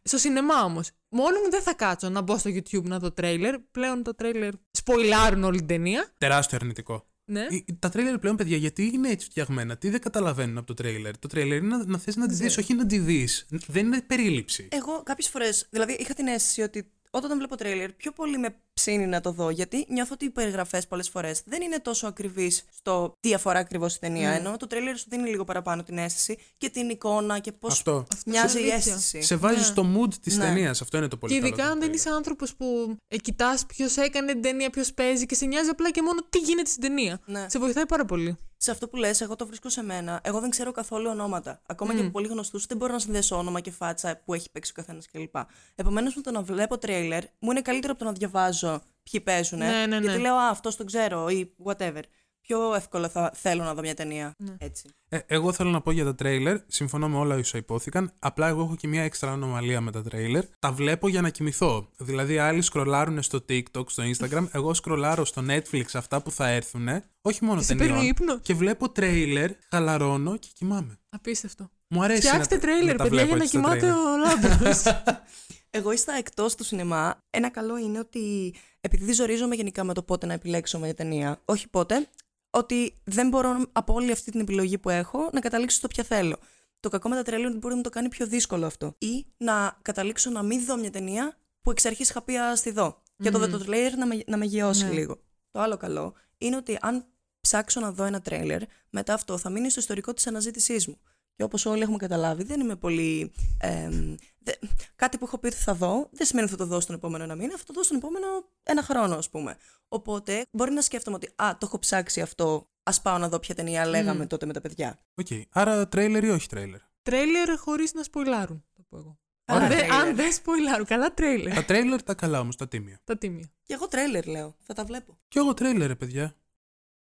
Speaker 3: Στο σινεμά όμως. Μόνο μου δεν θα κάτσω να μπω στο YouTube να δω τρέλερ. Πλέον τα τρέλερ σποιλάρουν όλη την ταινία.
Speaker 1: Τεράστιο αρνητικό.
Speaker 3: Ναι.
Speaker 1: Ε, Τα τρέιλερ πλέον, παιδιά, γιατί είναι έτσι φτιαγμένα, τι δεν καταλαβαίνουν από το τρέιλερ. Το τρέιλερ είναι να, να θες
Speaker 3: Ναι.
Speaker 1: να τη δεις, όχι να τη δεις. Δεν είναι περίληψη.
Speaker 2: Εγώ κάποιες φορές, δηλαδή είχα την αίσθηση ότι όταν βλέπω τρέιλερ, πιο πολύ με ψήνει να το δω. Γιατί νιώθω ότι οι περιγραφές πολλές φορές δεν είναι τόσο ακριβείς στο τι αφορά ακριβώς η ταινία. Ενώ το τρέιλερ σου δίνει λίγο παραπάνω την αίσθηση και την εικόνα και πώς
Speaker 1: Αυτό.
Speaker 2: μοιάζει η
Speaker 3: αλήθεια.
Speaker 2: αίσθηση.
Speaker 1: Σε βάζει στο mood της
Speaker 2: Ναι.
Speaker 1: ταινίας, αυτό είναι το πολύ
Speaker 3: Ε, Και
Speaker 1: καλό
Speaker 3: ειδικά
Speaker 1: του
Speaker 3: αν δεν
Speaker 1: τρέιλερ.
Speaker 3: είσαι άνθρωπος που ε, κοιτάς ποιος έκανε την ταινία, ποιος παίζει και σε νοιάζει απλά και μόνο τι γίνεται στην ταινία.
Speaker 2: Ναι.
Speaker 3: Σε βοηθάει πάρα πολύ.
Speaker 2: Σε αυτό που λες, εγώ το βρίσκω σε μένα. Εγώ δεν ξέρω καθόλου ονόματα. Ακόμα και από πολύ γνωστούς, δεν μπορώ να συνδέσω όνομα και φάτσα που έχει παίξει ο καθένας κλπ. Επομένως, με το να βλέπω τρέιλερ, μου είναι καλύτερο από το να διαβάζω ποιοι παίζουν.
Speaker 3: Ναι, ναι,
Speaker 2: Γιατί
Speaker 3: ναι.
Speaker 2: λέω, Α, αυτός τον ξέρω ή whatever. Πιο εύκολα θα θέλω να δω μια ταινία.
Speaker 3: Ναι.
Speaker 2: Έτσι.
Speaker 1: Ε, εγώ θέλω να πω για τα τρέιλερ. Συμφωνώ με όλα όσα υπόθηκαν. Απλά εγώ έχω και μια έξτρα ανομαλία με τα τρέιλερ. Τα βλέπω για να κοιμηθώ. Δηλαδή, άλλοι σκρολάρουν στο TikTok, στο Instagram. Εγώ σκρολάρω στο Netflix αυτά που θα έρθουν. Όχι μόνο
Speaker 3: Σε παίρνει ο
Speaker 1: ταινιών.
Speaker 3: ύπνο.
Speaker 1: Και βλέπω τρέιλερ, χαλαρώνω και κοιμάμαι.
Speaker 3: Απίστευτο.
Speaker 1: Μου αρέσει. να
Speaker 3: Φτιάξτε
Speaker 1: τα- να
Speaker 3: τρέιλερ,
Speaker 1: τα
Speaker 3: παιδιά,
Speaker 1: βλέπω
Speaker 3: για να
Speaker 1: έτσι τα
Speaker 3: κοιμάται
Speaker 1: τρέιλερ.
Speaker 3: ο λάμπρος.
Speaker 2: Εγώ ήστα εκτός του σινεμά. Ένα καλό είναι ότι επειδή δεν ζορίζομαι γενικά με το πότε να επιλέξω μια ταινία, όχι πότε, ότι δεν μπορώ από όλη αυτή την επιλογή που έχω να καταλήξω στο ποια θέλω. Το κακό με τα τρέλια είναι ότι μπορεί να μου το κάνει πιο δύσκολο αυτό. Ή να καταλήξω να μην δω μια ταινία που εξ αρχής είχα πει «Α, στη δω. Και το
Speaker 3: Μμμ.
Speaker 2: δω το τρέλερ να με, να με γεώσει
Speaker 3: Ναι.
Speaker 2: λίγο. Το άλλο καλό είναι ότι αν ψάξω να δω ένα τρέλερ, μετά αυτό θα μείνει στο ιστορικό της αναζήτησής μου. Και όπως όλοι έχουμε καταλάβει, δεν είμαι πολύ. εμ, δε- κάτι που έχω πει ότι θα δω, δεν σημαίνει ότι θα το δω στον επόμενο ένα μήνα, θα το δω στον επόμενο ένα χρόνο, ας πούμε. Οπότε μπορεί να σκέφτομαι ότι, α, το έχω ψάξει αυτό, ας πάω να δω ποια ταινία λέγαμε τότε με τα παιδιά.
Speaker 1: Οκ. Άρα, τρέιλερ ή όχι τρέιλερ.
Speaker 3: Τρέιλερ χωρίς να σποιλάρουν. Θα πω εγώ.
Speaker 2: Καλά
Speaker 3: αν, δεν-
Speaker 2: τρέιλερ.
Speaker 3: αν δεν σποιλάρουν, καλά τρέιλερ.
Speaker 1: τα τρέιλερ τα καλά όμως, τα τίμια.
Speaker 3: τα τίμια.
Speaker 2: Και εγώ τρέλερ λέω, θα τα βλέπω.
Speaker 1: Κι εγώ τρέιλερ, ρε παιδιά.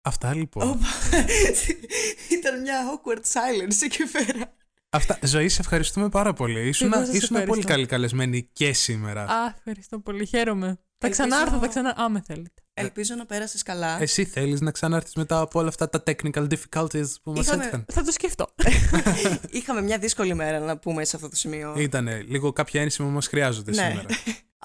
Speaker 1: Αυτά λοιπόν.
Speaker 2: Όπα. Ήταν μια awkward silence εκεί πέρα.
Speaker 1: Αυτά. Ζωή, σε ευχαριστούμε πάρα πολύ. Ήσουν,
Speaker 3: Εγώ σας
Speaker 1: ήσουν πολύ
Speaker 3: ευχαριστώ.
Speaker 1: καλή καλεσμένη και σήμερα.
Speaker 3: Α, ευχαριστώ πολύ. Χαίρομαι. Θα ξανάρθω, θα ξανά. Α, με θέλετε.
Speaker 2: Ελπίζω να πέρασες καλά.
Speaker 1: Εσύ θέλεις να ξανάρθεις μετά από όλα αυτά τα technical difficulties που μας
Speaker 2: Είχαμε-
Speaker 1: έτυχαν.
Speaker 3: Θα το σκεφτώ.
Speaker 2: Είχαμε μια δύσκολη μέρα να πούμε σε αυτό το σημείο.
Speaker 1: Ήτανε λίγο κάποια ένσημα που μας χρειάζονται
Speaker 2: Ναι.
Speaker 1: σήμερα.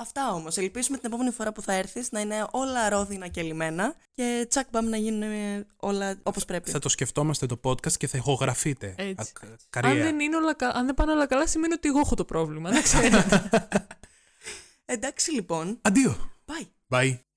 Speaker 2: Αυτά όμως. Ελπίζουμε την επόμενη φορά που θα έρθεις να είναι όλα ρόδινα και λιμένα και τσακ μπαμ να γίνουν ε, όλα όπως πρέπει.
Speaker 1: θα το σκεφτόμαστε το podcast και θα ηχογραφείτε.
Speaker 3: Έτσι.
Speaker 1: Α, κα-
Speaker 3: αν,
Speaker 1: Καρία.
Speaker 3: δεν είναι όλα, κα- αν δεν πάνε όλα καλά, σημαίνει ότι εγώ έχω το πρόβλημα. Να ξέρετε.
Speaker 2: Εντάξει λοιπόν.
Speaker 1: Αντίο.
Speaker 2: Πάει.
Speaker 1: Bye.